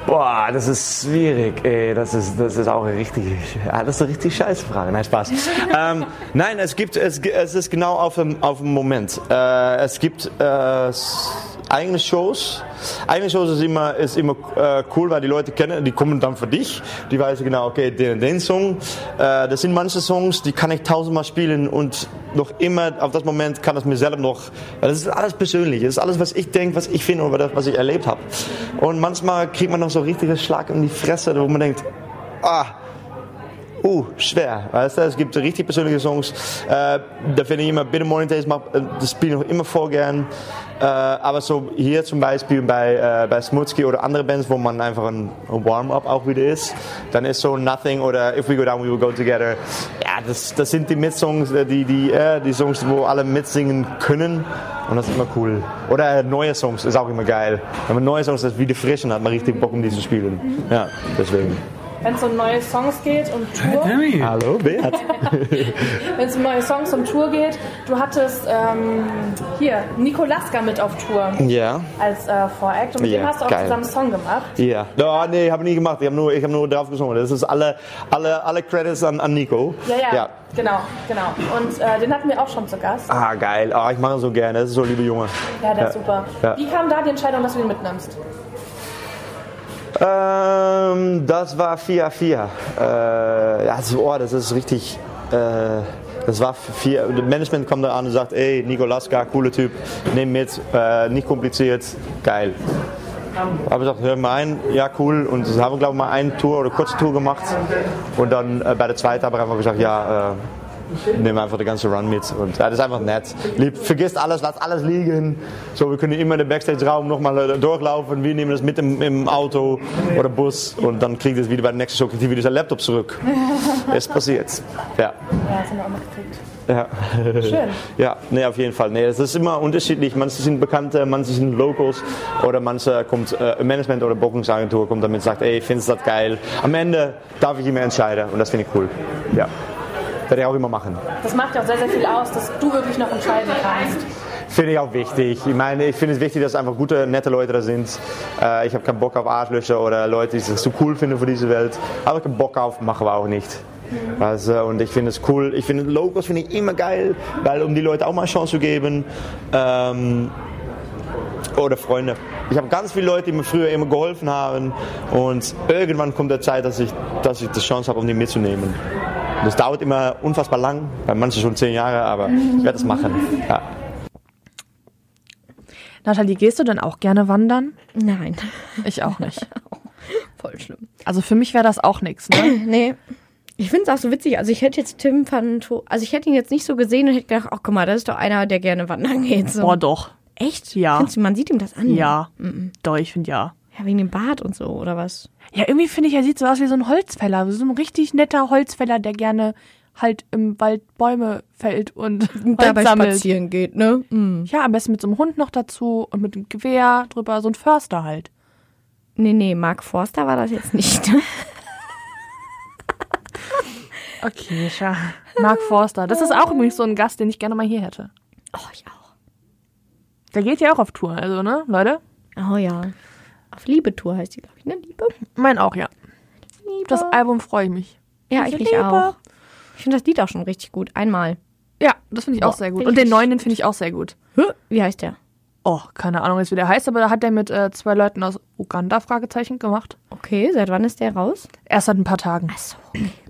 E: Boah, das ist schwierig. Ey, das ist das ist auch eine richtige, ja, das ist eine richtig scheiß Frage. Nein, Spaß. ähm, nein, es gibt es, gi- es ist genau auf dem auf dem Moment. Äh, es gibt äh, s- eigene Shows. Eigene Shows ist immer ist immer äh, cool, weil die Leute kennen, die kommen dann für dich. Die wissen genau, okay, den und den Song. Äh, das sind manche Songs, die kann ich tausendmal spielen und noch immer auf das Moment kann es mir selber noch, weil das ist alles persönlich, das ist alles, was ich denke, was ich finde oder das, was ich erlebt habe. Und manchmal kriegt man noch so richtiges Schlag in die Fresse, wo man denkt, ah, uh, schwer. Weißt du, es gibt richtig persönliche Songs. Äh, da finde ich immer, Bitter Morning Days, mag- äh, das spiele ich noch immer vor gern. Äh, aber so hier zum Beispiel bei, äh, bei Smutski oder andere Bands, wo man einfach ein, ein Warm-up auch wieder ist, dann ist so Nothing oder If We Go Down, We Will Go Together. Ja, das, das sind die Mitsongs, äh, die, die, äh, die Songs, wo alle mitsingen können. Und das ist immer cool. Oder äh, neue Songs ist auch immer geil. Wenn man neue Songs das wieder frischen hat, man richtig Bock, um die zu
A: Mhm.
E: spielen. Ja, deswegen.
A: Wenn es um neue Songs geht und Tour,
D: Emmy.
E: Hallo, Beat.
A: wenn es um neue Songs und Tour geht, du hattest ähm, hier Nikolaska mit auf Tour
E: Ja.
A: als äh, Voract und mit
E: Ja,
A: dem hast du auch
E: geil.
A: zusammen einen Song gemacht.
E: Ja. No, nee, habe nie gemacht. Ich habe nur, ich hab nur drauf gesungen. Das ist alle, alle, alle Credits an, an Nico.
A: Ja, ja, genau, genau. Und äh, den hatten wir auch schon zu Gast.
E: Ah, geil. Ah, ich mache so gerne. Das ist so ein lieber Junge.
A: Ja, der ist super.
E: Ja.
A: Wie kam da die Entscheidung, dass du ihn mitnimmst?
E: Ähm, das war 4-4. Äh, ja, das, oh, das ist richtig. Äh, das war vier. Das Management kommt da an und sagt: Ey, Nico Laska, cooler Typ, nimm mit, äh, nicht kompliziert, geil. Hab gesagt, hör mal ein, ja cool. Und das haben wir, glaube ich, mal eine Tour oder kurze Tour gemacht. Und dann äh, bei der zweiten haben wir einfach gesagt, ja, äh, nehmen wir einfach den ganzen Run mit. Und ja, das ist einfach nett. Lieb, vergisst alles, lass alles liegen. So, wir können immer den Backstage-Raum nochmal äh, durchlaufen. Wir nehmen das mit im, im Auto oder Bus. Und dann kriegt es wieder bei der nächsten Show, kriegt ihr wieder sein Laptop zurück. ist passiert. Ja.
A: Ja, das haben wir auch mitgekriegt.
E: Ja.
A: Schön.
E: Ja, nee, auf jeden Fall. Nee, es ist immer unterschiedlich. Manche sind Bekannte, manche sind Locals oder manche kommt äh, Management oder Bookingsagentur kommt damit und sagt, ey, findest du das geil? Am Ende darf ich immer entscheiden und das finde ich cool. Ja. Werde ich auch immer machen.
A: Das macht ja auch sehr, sehr viel aus, dass du wirklich noch entscheiden kannst.
E: Finde ich auch wichtig. Ich meine, ich finde es wichtig, dass einfach gute, nette Leute da sind. Äh, ich habe keinen Bock auf Arschlöcher oder Leute, die es zu cool finden für diese Welt. Aber ich habe Bock auf, machen wir auch nicht. Also, und ich finde es cool. Ich finde Logos finde ich immer geil, weil um die Leute auch mal eine Chance zu geben. Ähm, oder Freunde. Ich habe ganz viele Leute, die mir früher immer geholfen haben. Und irgendwann kommt der Zeit, dass ich, dass ich die Chance habe, um die mitzunehmen. Das dauert immer unfassbar lang, bei manchen schon zehn Jahre, aber ich werde es machen. Ja.
C: Nathalie, gehst du denn auch gerne wandern?
B: Nein,
C: Ich auch nicht.
B: voll schlimm.
C: Also für mich wäre das auch nichts. Ne?
B: Nee. Ich finde es auch so witzig. Also ich hätte jetzt Tim van To- also ich hätte ihn jetzt nicht so gesehen und hätte gedacht, ach guck mal, das ist doch einer, der gerne wandern geht. So.
C: Boah, doch.
B: Echt?
C: Ja.
B: Findest du, man sieht ihm das an?
C: Ja. Doch, ich finde ja.
B: Ja, wegen dem Bart und so, oder was?
C: Ja, irgendwie finde ich, er sieht so aus wie so ein Holzfäller. So ein richtig netter Holzfäller, der gerne halt im Wald Bäume fällt und Holz
B: Dabei
C: sammelt.
B: spazieren geht, ne? Mm.
C: Ja, am besten mit so einem Hund noch dazu und mit einem Gewehr drüber. So ein Förster halt.
B: Nee, nee, Mark Forster war das jetzt nicht.
C: Okay, ja. Mark Forster. Das ist auch übrigens so ein Gast, den ich gerne mal hier hätte.
B: oh, ich auch.
C: Der geht ja auch auf Tour, also, ne, Leute?
B: Oh ja. Auf Liebe-Tour heißt die, glaube ich, ne? Liebe?
C: Mein auch, ja.
B: Liebe.
C: Das Album freue ich mich.
B: ja, ich
C: Also
B: mich
C: Liebe.
B: auch. Ich finde das Lied auch schon richtig gut. Einmal.
C: Ja, das finde ich auch sehr gut.
B: find
C: Und den
B: ich
C: neuen, den finde ich auch sehr gut.
B: Hä? Wie heißt der?
C: Oh, keine Ahnung jetzt, wie der heißt, aber da hat der mit äh, zwei Leuten aus Uganda Fragezeichen gemacht.
B: Okay, seit wann ist der raus?
C: Erst seit ein paar Tagen.
B: Achso.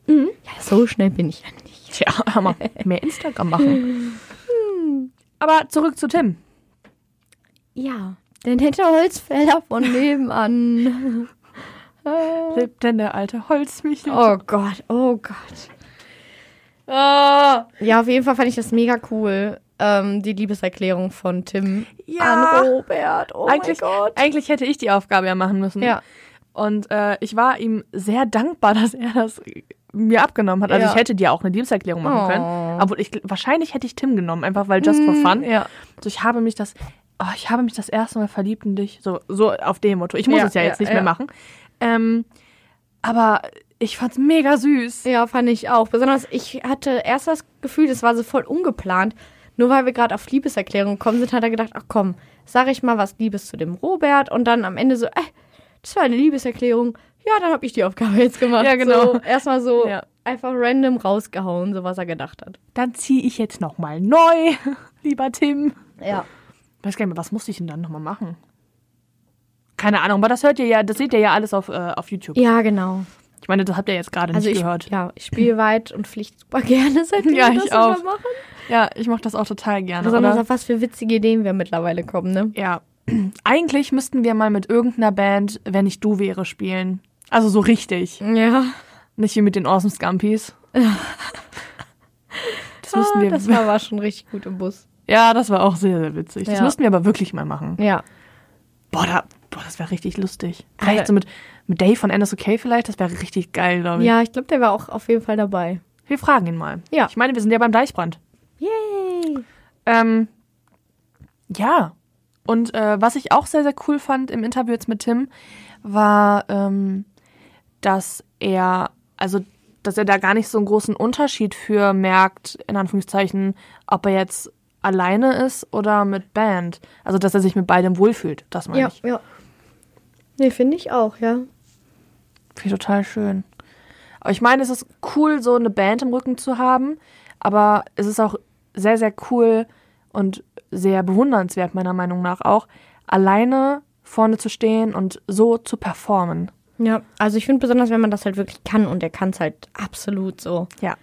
B: Ja, so schnell bin ich ja nicht.
C: Tja, Hammer. Mehr Instagram machen. Aber zurück zu Tim.
B: Ja. Denn hätte Holzfäller von nebenan.
C: Lebt denn der alte Holzmichel?
B: Oh Gott, oh Gott.
C: Ah.
B: Ja, auf jeden Fall fand ich das mega cool. Ähm, die Liebeserklärung von Tim
C: Ja.
B: an Robert. Oh
C: Eigentlich,
B: mein Gott.
C: eigentlich hätte ich die Aufgabe ja machen müssen.
B: Ja.
C: Und äh, ich war ihm sehr dankbar, dass er das mir abgenommen hat. Also
B: Ja.
C: ich hätte dir auch eine Liebeserklärung machen
B: Oh. Mm,
C: können. Aber ich, wahrscheinlich hätte ich Tim genommen, einfach weil just for fun.
B: ja.
C: So, ich habe mich das, oh, ich habe mich das erste Mal verliebt in dich. So, so auf dem Motto. Ich muss
B: Ja,
C: es ja,
B: ja,
C: jetzt nicht
B: ja.
C: mehr machen. Ähm, aber ich fand's mega süß.
B: Ja, fand ich auch. Besonders, ich hatte erst das Gefühl, das war so voll ungeplant. Nur weil wir gerade auf Liebeserklärung gekommen sind, hat er gedacht, ach komm, sag ich mal was Liebes zu dem Robert und dann am Ende so, äh, das war eine Liebeserklärung. Ja, dann habe ich die Aufgabe jetzt gemacht.
C: Ja, genau.
B: So, erstmal so
C: Ja.
B: einfach random rausgehauen, so was er gedacht hat.
C: Dann ziehe ich jetzt nochmal neu, lieber Tim.
B: Ja.
C: Weiß gar nicht mehr, was musste ich denn dann nochmal machen? Keine Ahnung, aber das hört ihr ja, das seht ihr ja alles auf, äh, auf YouTube.
B: Ja, genau.
C: Ich meine, das habt ihr jetzt gerade
B: Also
C: nicht
B: ich,
C: gehört.
B: ja, ich spiele weit und pflicht super gerne, seitdem
C: Ja,
B: wir das
C: ich auch.
B: immer machen.
C: Ja, ich mache das auch total gerne.
B: Besonders
C: oder?
B: Also auf was für witzige Ideen wir mittlerweile kommen, ne?
C: Ja. Eigentlich müssten wir mal mit irgendeiner Band, wenn ich du wäre, spielen. Also so richtig.
B: Ja.
C: Nicht wie mit den Awesome Scumpies. Das müssten
B: Ah,
C: wir.
B: das war, war schon richtig gut im Bus.
C: ja, das war auch sehr, sehr witzig. Das
B: Ja.
C: müssten wir aber wirklich mal machen.
B: Ja.
C: Boah, da, boah das wäre richtig lustig. Vielleicht so mit, mit Dave von NSOK vielleicht. Das wäre richtig geil, glaube ich.
B: Ja, ich glaube, der war auch auf jeden Fall dabei.
C: Wir fragen ihn mal.
B: Ja.
C: Ich meine, wir sind ja beim Deichbrand.
B: Yay!
C: Ähm, ja. Und äh, was ich auch sehr, sehr cool fand im Interview jetzt mit Tim, war, ähm, dass er, also dass er da gar nicht so einen großen Unterschied für merkt, in Anführungszeichen, ob er jetzt alleine ist oder mit Band. Also dass er sich mit beidem wohlfühlt, das meine
B: Ja,
C: ich.
B: ja. Nee, finde ich auch, ja.
C: Finde ich total schön. Aber ich meine, es ist cool, so eine Band im Rücken zu haben, aber es ist auch sehr, sehr cool und sehr bewundernswert, meiner Meinung nach auch, alleine vorne zu stehen und so zu performen.
B: Ja, also ich finde besonders, wenn man das halt wirklich kann und er kann es halt absolut so.
C: Ja.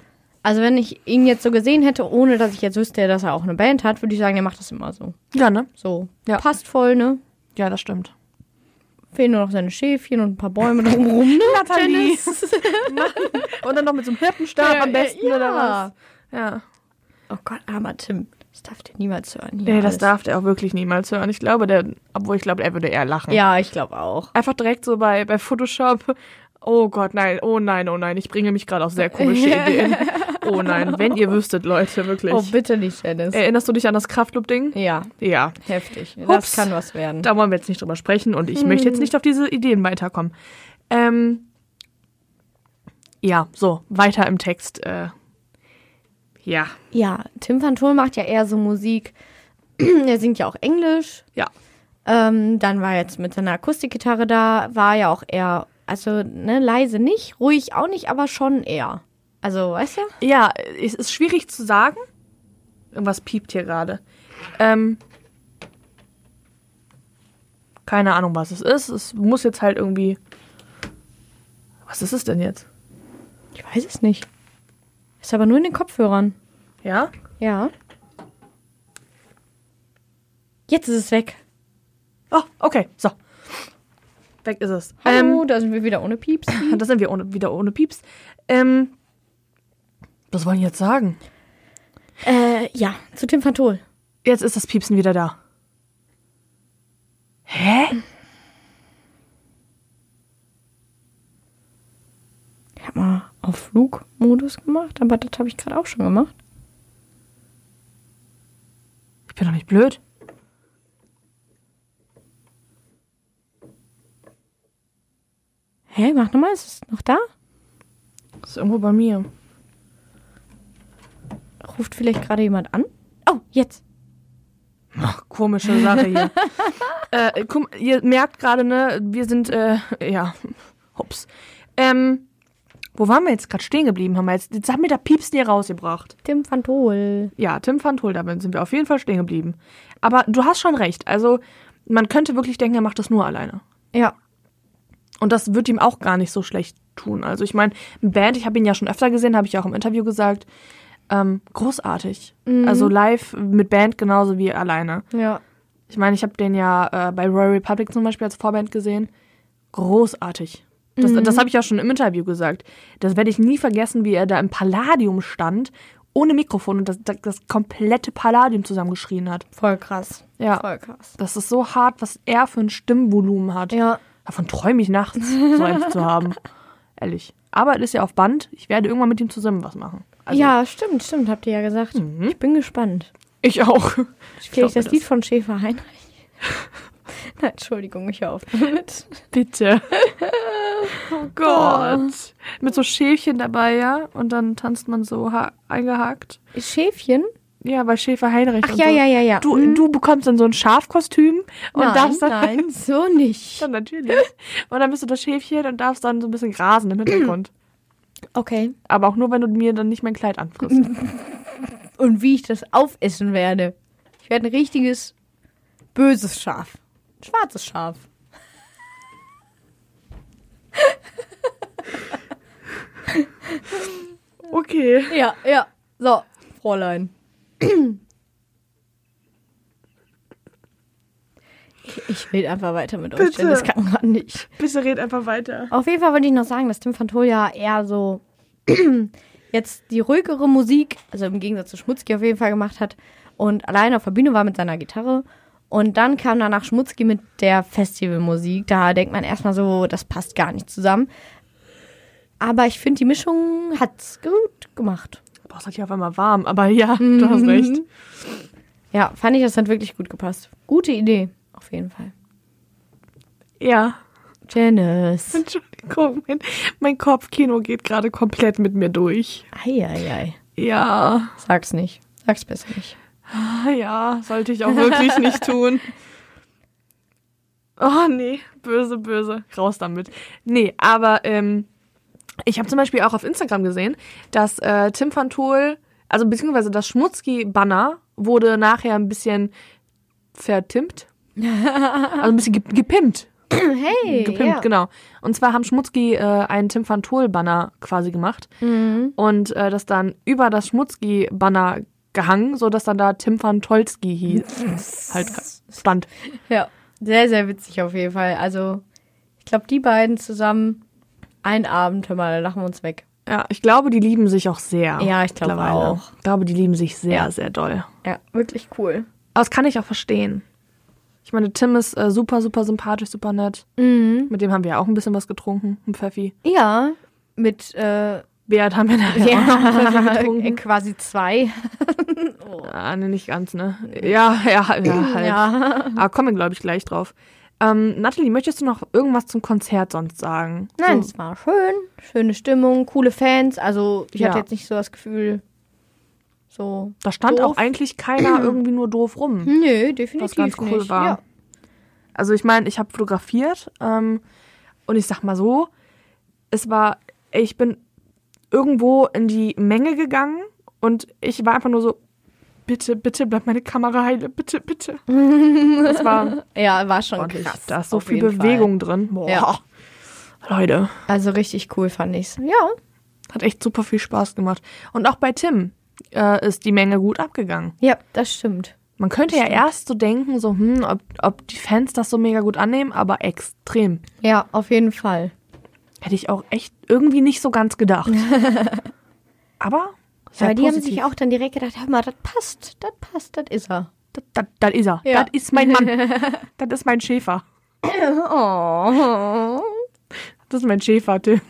B: Also wenn ich ihn jetzt so gesehen hätte, ohne dass ich jetzt wüsste, dass er auch eine Band hat, würde ich sagen, er macht das immer so.
C: Ja, ne?
B: So.
C: Ja.
B: Passt voll, ne?
C: Ja, das stimmt.
B: Fehlen nur noch seine Schäfchen und ein paar Bäume drumherum, ne?
C: Nathalie.
B: Janice?
C: Und dann noch mit so einem Hirtenstab
B: Ja,
C: am besten
B: ja.
C: oder was? Ja.
B: Oh Gott, armer Tim. Das darf der niemals hören. Hier
C: Nee, das
B: alles.
C: darf der auch wirklich niemals hören. Ich glaube, der, obwohl ich glaube, er würde eher lachen.
B: Ja, ich glaube auch.
C: Einfach direkt so bei, bei Photoshop. Oh Gott, nein, oh nein, oh nein, ich bringe mich gerade auf sehr komische Ideen. Oh nein, wenn ihr wüsstet, Leute, wirklich.
B: Oh, bitte nicht, Janice.
C: Erinnerst du dich an das Kraftclub-Ding?
B: Ja,
C: Ja.
B: heftig.
C: Ups.
B: Das kann was werden.
C: Da wollen wir jetzt nicht drüber sprechen und ich
B: Hm.
C: möchte jetzt nicht auf diese Ideen weiterkommen. Ähm, ja, so, weiter im Text. Äh, ja,
B: Ja, Tim van Thol macht ja eher so Musik. er singt ja auch Englisch.
C: ja.
B: Ähm, dann war er jetzt mit seiner Akustikgitarre da, war ja auch eher, also ne, leise nicht, ruhig auch nicht, aber schon eher. Also, weißt du?
C: Ja, es ist schwierig zu sagen. Irgendwas piept hier gerade. Ähm, keine Ahnung, was es ist. Es muss jetzt halt irgendwie. Was ist es denn jetzt?
B: Ich weiß es nicht. Ist aber nur in den Kopfhörern.
C: Ja?
B: Ja. Jetzt ist es weg.
C: Oh, okay, so. Weg ist es.
B: Hallo, da sind wir wieder ohne Pieps.
C: Ähm, das sind wir ohne, wieder ohne Pieps. Ähm, was wollen die jetzt sagen?
B: äh, ja, zu Tim van Thol.
C: Jetzt ist das Piepsen wieder da. Hä?
B: Ich hab mal auf Flugmodus gemacht, aber das habe ich gerade auch schon gemacht.
C: Ich bin doch nicht blöd.
B: Hä, mach nochmal, ist es noch da?
C: Das ist irgendwo bei mir.
B: Ruft vielleicht gerade jemand an? Oh, jetzt.
C: komische Sache hier. äh, guck, mal, ihr merkt gerade, ne, wir sind, äh, ja, hups. Ähm, wo waren wir jetzt gerade stehen geblieben? Haben wir jetzt, jetzt haben wir da Piepsen hier rausgebracht.
B: Tim van Thol.
C: Ja, Tim van Thul, da sind wir auf jeden Fall stehen geblieben. Aber du hast schon recht. Also, man könnte wirklich denken, er macht das nur alleine.
B: Ja.
C: Und das wird ihm auch gar nicht so schlecht tun. Also, ich meine, Band, ich habe ihn ja schon öfter gesehen, habe ich ja auch im Interview gesagt. Ähm, großartig. Also live mit Band genauso wie alleine.
B: Ja.
C: Ich meine, ich habe den ja äh, bei Royal Republic zum Beispiel als Vorband gesehen. Großartig. Das, das habe ich auch schon im Interview gesagt. Das werde ich nie vergessen, wie er da im Palladium stand, ohne Mikrofon und das, das, das komplette Palladium zusammengeschrien hat.
B: Voll krass.
C: Ja.
B: Voll krass.
C: Das ist so hart, was er für ein Stimmvolumen hat.
B: Ja.
C: Davon träume ich nachts, so eins zu haben. Ehrlich. Aber es ist ja auf Band. Ich werde irgendwann mit ihm zusammen was machen. Also,
B: ja, stimmt, stimmt, habt ihr ja gesagt. Ich bin gespannt.
C: Ich auch.
B: Spiele Mhm. ich
C: glaube
B: das, Lied von Schäfer Heinrich? Nein, Entschuldigung, ich höre auf damit.
C: Bitte. Oh Gott. Mit so Schäfchen dabei, ja? Und dann tanzt man so ha- eingehakt.
B: Schäfchen?
C: Ja, Mhm. bei Schäfer Heinrich.
B: Ach
C: und
B: ja,
C: so.
B: ja, ja, ja.
C: Du,
B: Hm.
C: du bekommst dann so ein Schafkostüm und
B: nein,
C: darfst dann.
B: nein, so nicht.
C: Ja, natürlich. Und dann bist du das Schäfchen und darfst dann so ein bisschen grasen im Hintergrund.
B: Okay.
C: Aber auch nur, wenn du mir dann nicht mein Kleid anfrisst.
B: Und wie ich das aufessen werde. Ich werde ein richtiges böses Schaf. Ein Schwarzes Schaf.
C: Okay.
B: Ja, ja. So, Fräulein. Ich- Ich rede einfach weiter mit euch,
C: Bitte.
B: denn das kann man nicht.
C: Bitte red einfach weiter.
B: Auf jeden Fall wollte ich noch sagen, dass Tim Fantoil ja eher so jetzt die ruhigere Musik, also im Gegensatz zu Schmutzki auf jeden Fall gemacht hat und alleine auf der Bühne war mit seiner Gitarre. Und dann kam danach Schmutzki mit der Festivalmusik. Da denkt man erstmal so, das passt gar nicht zusammen. Aber ich finde, die Mischung hat's gut gemacht.
C: Boah, es hat ja auf einmal warm, aber ja, du hast recht.
B: Ja, fand ich, das hat wirklich gut gepasst. Gute Idee, auf jeden Fall.
C: Ja.
B: Janice.
C: Entschuldigung, mein, mein Kopfkino geht gerade komplett mit mir durch.
B: Eieiei.
C: Ja.
B: Sag's nicht. Sag's besser nicht.
C: Ah Ja, sollte ich auch wirklich nicht tun. Oh nee, böse, böse. Raus damit. Nee, aber ähm, ich habe zum Beispiel auch auf Instagram gesehen, dass äh, Tim van Tool, also beziehungsweise das Schmutzki-Banner wurde nachher ein bisschen vertimmt. Also ein bisschen ge- gepimpt.
B: Hey,
C: Gepimpt, genau. Und zwar haben Schmutzki äh, einen Tim van Tool-Banner quasi gemacht
B: Mhm.
C: und äh, das dann über das Schmutzki-Banner gehangen, sodass dann da Tim van Tolski hieß. halt stand.
B: Ja, sehr, sehr witzig auf jeden Fall. Also, ich glaube, die beiden zusammen, einen Abend, hör mal, da lachen wir uns weg.
C: Ja, ich glaube, die lieben sich auch sehr.
B: Ja, ich glaube
C: mittlerweile.
B: auch.
C: Ich glaube, die lieben sich sehr,
B: Ja.
C: sehr doll.
B: Ja, wirklich cool.
C: Aber das kann ich auch verstehen. Ich meine, Tim ist äh, super, super sympathisch, super nett.
B: Mhm.
C: Mit dem haben wir ja auch ein bisschen was getrunken, ein Pfeffi.
B: Ja, mit, äh,
C: Beat haben wir nachher auch noch einen Pfeffi getrunken.
B: quasi zwei.
C: Ah, nee, nicht ganz, ne? Ja, ja, ja, halt.
B: Ja.
C: Aber kommen wir, glaube ich, gleich drauf. Ähm, Nathalie, möchtest du noch irgendwas zum Konzert sonst sagen?
B: Nein,
C: So,
B: es war schön. Schöne Stimmung, coole Fans. Also, ich hatte
C: Ja.
B: jetzt nicht so das Gefühl, so.
C: da stand
B: doof.
C: auch eigentlich keiner irgendwie nur doof rum.
B: Nö, definitiv
C: was ganz cool
B: nicht.
C: war.
B: Ja.
C: Also ich meine, ich habe fotografiert ähm, und ich sag mal so, es war, ich bin irgendwo in die Menge gegangen und ich war einfach nur so, bitte, bitte bleib meine Kamera heile, bitte, bitte. das war
B: ja, war schon
C: ordentlich.
B: krass.
C: Da ist so
B: auf
C: viel
B: jeden
C: Bewegung drin. Boah.
B: Ja.
C: Leute,
B: Fall. Also richtig cool fand ich's. Ja.
C: hat echt super viel Spaß gemacht. Und auch bei Tim äh, ist die Menge gut abgegangen.
B: Ja, das stimmt.
C: Man könnte ja erst so denken, so, hm, ob, ob die Fans das so mega gut annehmen, aber extrem.
B: Ja, auf jeden Fall.
C: Hätte ich auch echt irgendwie nicht so ganz gedacht. Aber, sehr
B: Aber die haben
C: positiv.
B: sich auch dann direkt gedacht, hör mal, das passt, das passt, das ist er.
C: Das, das, das ist er.
B: Ja.
C: Das ist mein Mann. das ist mein Schäfer.
B: Oh.
C: Das ist mein Schäfer, Tim.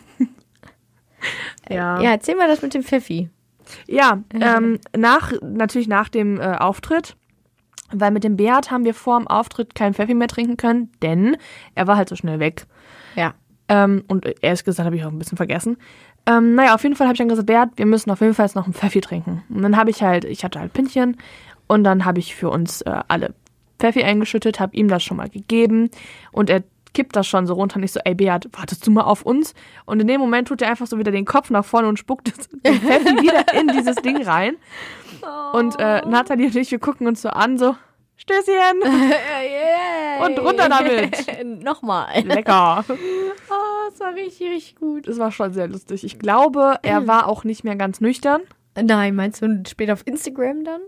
C: Ja.
B: Äh, Ja, erzähl mal das mit dem Pfeffi.
C: Ja, ähm, nach, natürlich nach dem äh, Auftritt. Weil mit dem Beat haben wir vor dem Auftritt keinen Pfeffi mehr trinken können, denn er war halt so schnell weg.
B: Ja.
C: Ähm, und ehrlich gesagt habe ich auch ein bisschen vergessen. Ähm, naja, auf jeden Fall habe ich dann gesagt, Bert, wir müssen auf jeden Fall jetzt noch einen Pfeffi trinken. Und dann habe ich halt, ich hatte halt Pinchen und dann habe ich für uns äh, alle Pfeffi eingeschüttet, habe ihm das schon mal gegeben und er kippt das schon so runter und ich so, ey Beat, wartest du mal auf uns? Und in dem Moment tut er einfach so wieder den Kopf nach vorne und spuckt das- den Pfeffi wieder in dieses Ding rein. Und äh, Nathalie und ich, wir gucken uns so an, so, Stößchen und runter damit.
B: Äh, Nochmal.
C: Lecker.
B: Oh, das war richtig, richtig gut.
C: Es war schon sehr lustig. Ich glaube, er war auch nicht mehr ganz nüchtern.
B: Nein, meinst du später auf Instagram dann?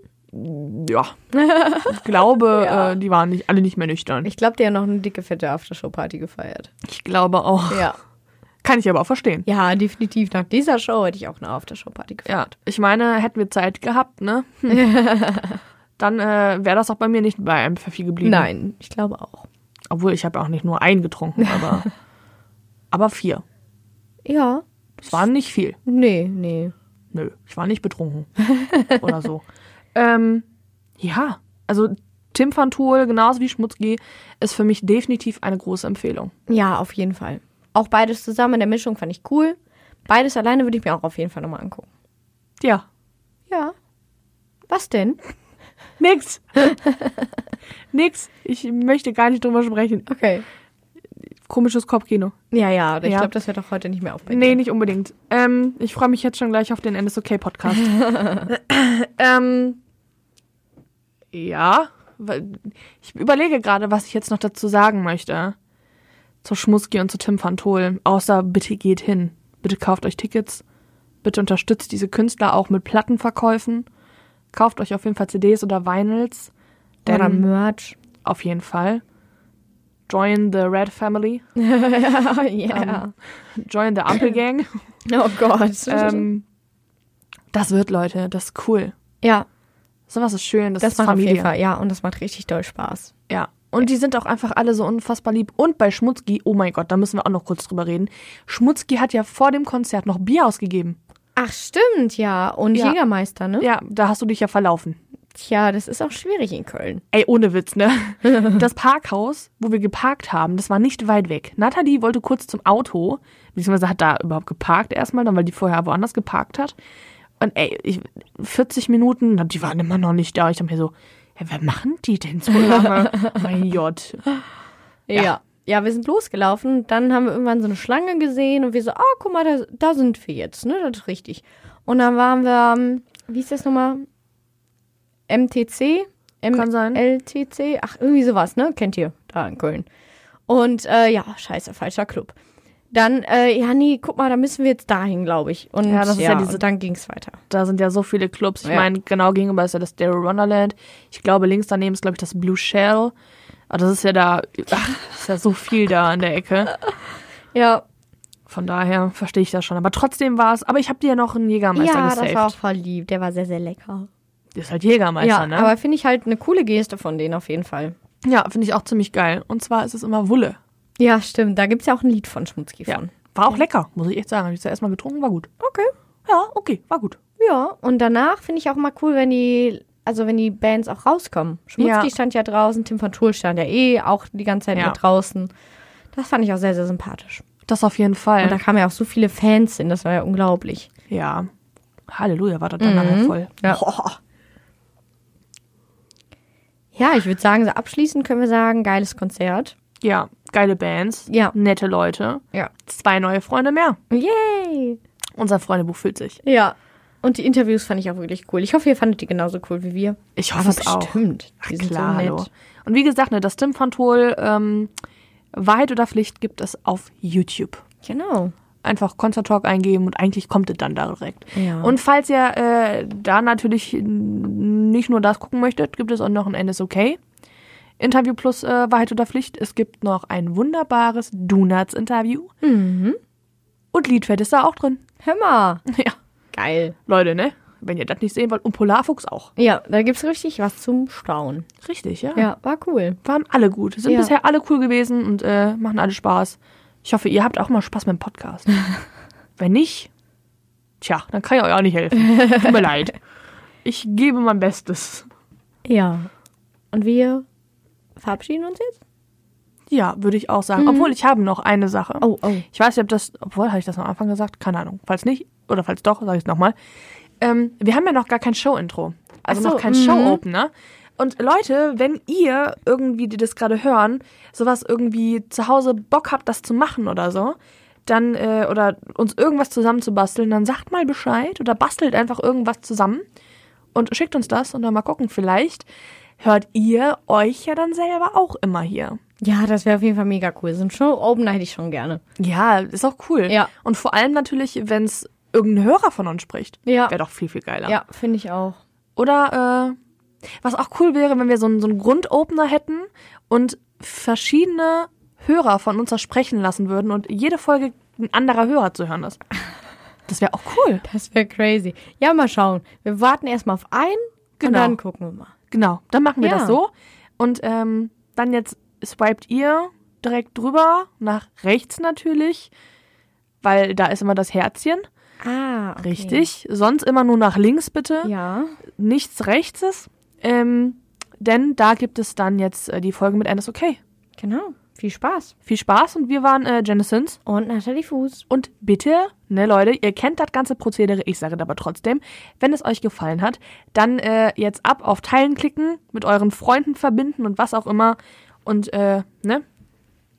C: Ja. Ich glaube, äh, die waren nicht, alle nicht mehr nüchtern.
B: Ich glaube, die haben noch eine dicke, fette Aftershow-Party gefeiert.
C: Ich glaube auch.
B: Ja.
C: Kann ich aber auch verstehen.
B: Ja, definitiv. Nach dieser Show hätte ich auch eine Aftershow-Party gefeiert.
C: Ja. Ich meine, hätten wir Zeit gehabt, ne? Hm. Dann äh, wäre das auch bei mir nicht bei einem Pfeffi geblieben.
B: Nein, ich glaube auch.
C: Obwohl, ich habe auch nicht nur einen getrunken, aber, aber vier.
B: Ja.
C: Es waren nicht viel.
B: Nee, nee.
C: Nö, ich war nicht betrunken. Oder so. Ähm, ja, also Tim van Tool, genauso wie Schmutzki, ist für mich definitiv eine große Empfehlung.
B: Ja, auf jeden Fall. Auch beides zusammen in der Mischung fand ich cool. Beides alleine würde ich mir auch auf jeden Fall nochmal angucken.
C: Ja.
B: Ja. Was denn?
C: Nix. Nix. Ich möchte gar nicht drüber sprechen.
B: Okay.
C: Komisches Kopfkino.
B: Ja, ja, ich
C: Ja.
B: glaube, das wird doch heute nicht mehr aufbrechen.
C: Nee, nicht unbedingt. Ähm, ich freue mich jetzt schon gleich auf den NSOK Podcast. ähm, ja, weil- ich überlege gerade, was ich jetzt noch dazu sagen möchte. Zu Schmuski und zu Tim van Thol. Außer bitte geht hin. Bitte kauft euch Tickets. Bitte unterstützt diese Künstler auch mit Plattenverkäufen. Kauft euch auf jeden Fall CDs oder Vinyls. Denn
B: Oder Merch.
C: auf jeden Fall. Join the Red Family.
B: Oh, ja.
C: Join the Ampel Gang.
B: oh Gott.
C: Ähm, das wird, Leute, das ist cool.
B: ja,
C: Sowas ist schön, das,
B: das
C: ist
B: macht
C: Familie.
B: auf jeden Fall. Ja, und das macht richtig doll Spaß.
C: Ja. Und die sind auch einfach alle so unfassbar lieb. Und bei Schmutzki, oh mein Gott, da müssen wir auch noch kurz drüber reden. Schmutzki hat ja vor dem Konzert noch Bier ausgegeben.
B: Ach, stimmt, ja. Und
C: Ja.
B: Jägermeister, ne?
C: Ja, da hast du dich ja verlaufen.
B: Tja, das ist auch schwierig in Köln.
C: Ey, ohne Witz, ne? Das Parkhaus, wo wir geparkt haben, das war nicht weit weg. Nathalie wollte kurz zum Auto, beziehungsweise hat da überhaupt geparkt erstmal, dann weil die vorher woanders geparkt hat. Und ey, ich, 40 Minuten, na, die waren immer noch nicht da. Ich dachte mir so, hä, wer machen die denn so lange? mein Gott.
B: Ja. ja. wir sind losgelaufen, dann haben wir irgendwann so eine Schlange gesehen und wir so, oh, guck mal, da, da sind wir jetzt, ne, das ist richtig. Und dann waren wir, ähm, wie ist das nochmal? MTC? M
C: Kann sein.
B: LTC? Ach, irgendwie sowas, ne, kennt ihr, da in Köln. Und, äh, ja, scheiße, falscher Club. Dann, äh, ja, nee, guck mal, da müssen wir jetzt dahin, glaube ich. Und
C: Ja, das ist ja diese-
B: und dann ging's weiter.
C: Da sind ja so viele Clubs. Ich
B: Ja.
C: meine, genau gegenüber ist ja das Daryl Wonderland. Ich glaube, links daneben ist, glaube ich, das Blue Shell. Aber das ist ja da, ach, ist ja so viel da an der Ecke.
B: Ja,
C: Von daher verstehe ich das schon. Aber trotzdem war es. Aber ich habe dir ja noch einen Jägermeister
B: ja,
C: gesaved.
B: das war auch verliebt, der war sehr, sehr lecker.
C: Ist halt Jägermeister,
B: ja,
C: ne?
B: aber finde ich halt eine coole Geste von denen auf jeden Fall.
C: ja, finde ich auch ziemlich geil. Und zwar ist es immer Wulle.
B: Ja, stimmt. Da gibt's ja auch ein Lied von Schmutzki
C: Ja.
B: von.
C: War auch lecker, muss ich echt sagen. Habe ich zuerst mal getrunken, war gut.
B: Okay.
C: Ja, okay, war gut.
B: Ja, und danach finde ich auch mal cool, wenn die, also wenn die Bands auch rauskommen. Schmutzki
C: Ja.
B: stand ja draußen, Tim van Tool stand ja eh auch die ganze Zeit
C: Ja.
B: mit draußen. Das fand ich auch sehr, sehr sympathisch.
C: Das auf jeden Fall.
B: Und da kamen ja auch so viele Fans hin, das war ja unglaublich.
C: ja. Halleluja, war das dann nachher voll.
B: Ja.
C: Oh,
B: Ja, ich würde sagen, so abschließend können wir sagen, geiles Konzert.
C: ja, geile Bands.
B: Ja.
C: Nette Leute.
B: Ja.
C: Zwei neue Freunde mehr.
B: Yay!
C: Unser Freundebuch füllt sich.
B: Ja. Und die Interviews fand ich auch wirklich cool. Ich hoffe, ihr fandet die genauso cool wie wir.
C: Ich hoffe es auch.
B: Bestimmt.
C: Ach,
B: Die sind
C: klar,
B: so nett.
C: hallo. Und wie gesagt, ne, das Tim van Tol, ähm, Wahrheit oder Pflicht gibt es auf YouTube.
B: Genau.
C: einfach Concert Talk eingeben und eigentlich kommt es dann da direkt.
B: Ja.
C: Und falls ihr äh, da natürlich n- nicht nur das gucken möchtet, gibt es auch noch ein NSOK. Interview plus äh, Wahrheit oder Pflicht. Es gibt noch ein wunderbares Donuts-Interview. Mhm. Und Liedfeld ist da auch drin.
B: Hör mal.
C: Ja.
B: Geil.
C: Leute, ne? Wenn ihr das nicht sehen wollt. Und Polarfuchs auch.
B: Ja, da gibt's richtig was zum Staunen.
C: Richtig, ja.
B: Ja, war cool.
C: Waren alle gut. Sind
B: Ja.
C: bisher alle cool gewesen und äh, machen alle Spaß. Ich hoffe, ihr habt auch mal Spaß mit dem Podcast. Wenn nicht, tja, dann kann ich euch auch nicht helfen. Tut mir leid. Ich gebe mein Bestes.
B: Ja. Und wir verabschieden uns jetzt?
C: Ja, würde ich auch sagen. Obwohl, ich habe noch eine Sache.
B: Mhm. Oh, oh.
C: Ich weiß nicht, ob das, obwohl, habe ich das am Anfang gesagt? Keine Ahnung. Falls nicht, oder falls doch, sage ich es nochmal. Ähm, wir haben ja noch gar kein Show-Intro. Also
B: Ach so, mhm.
C: noch kein Show-Opener. Und Leute, wenn ihr irgendwie, die das gerade hören, sowas irgendwie zu Hause Bock habt, das zu machen oder so, dann, äh, oder uns irgendwas zusammenzubasteln, dann sagt mal Bescheid oder bastelt einfach irgendwas zusammen und schickt uns das und dann mal gucken, vielleicht hört ihr euch ja dann selber auch immer hier.
B: Ja, das wäre auf jeden Fall mega cool. So ein Show-Opener hätte ich schon gerne.
C: Ja, ist auch cool.
B: Ja.
C: Und vor allem natürlich, wenn es irgendein Hörer von uns spricht.
B: Ja.
C: Wäre doch viel, viel geiler.
B: Ja, finde ich auch.
C: Oder äh, was auch cool wäre, wenn wir so einen, so einen Grundopener hätten und verschiedene Hörer von uns das sprechen lassen würden und jede Folge ein anderer Hörer zu hören ist. Das wäre auch cool.
B: Das wäre crazy. Ja, mal schauen. Wir warten erstmal auf einen und
C: Genau.
B: dann gucken wir mal.
C: Genau, dann machen wir
B: Ja.
C: das so. Und ähm, dann jetzt swiped ihr direkt drüber, nach rechts natürlich, weil da ist immer das Herzchen.
B: Ah, okay.
C: Richtig. Sonst immer nur nach links bitte.
B: Ja.
C: nichts Rechtses. Ähm, denn da gibt es dann jetzt äh, die Folge mit NSOK.
B: Genau. Viel Spaß.
C: Viel Spaß und wir waren äh, Genesins.
B: Und Nathalie Fuß.
C: Und bitte, ne Leute, ihr kennt das ganze Prozedere, ich sage es aber trotzdem, wenn es euch gefallen hat, dann äh, jetzt ab auf Teilen klicken, mit euren Freunden verbinden und was auch immer und äh, ne,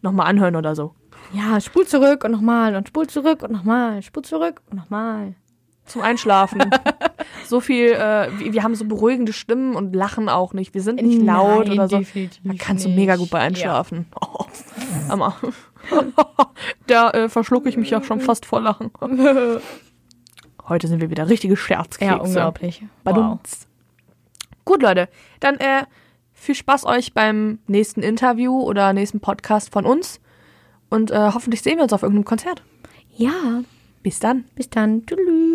C: nochmal anhören oder so.
B: Ja, spul zurück und nochmal und spul zurück und nochmal. Spul zurück und nochmal.
C: Zum Einschlafen. so viel, äh, wir, wir haben so beruhigende Stimmen und lachen auch nicht. Wir sind nicht laut
B: Nein,
C: oder so.
B: definitiv
C: Da kannst
B: nicht.
C: du mega gut bei
B: Ja.
C: einschlafen. Oh. Hammer. da äh, verschlucke ich mich ja schon fast vor Lachen. Heute sind wir wieder richtige Scherzkekse.
B: Ja, unglaublich. Wow.
C: Badumts. Gut, Leute, dann äh, viel Spaß euch beim nächsten Interview oder nächsten Podcast von uns. Und äh, hoffentlich sehen wir uns auf irgendeinem Konzert.
B: Ja,
C: Bis dann.
B: bis dann. Tschüss.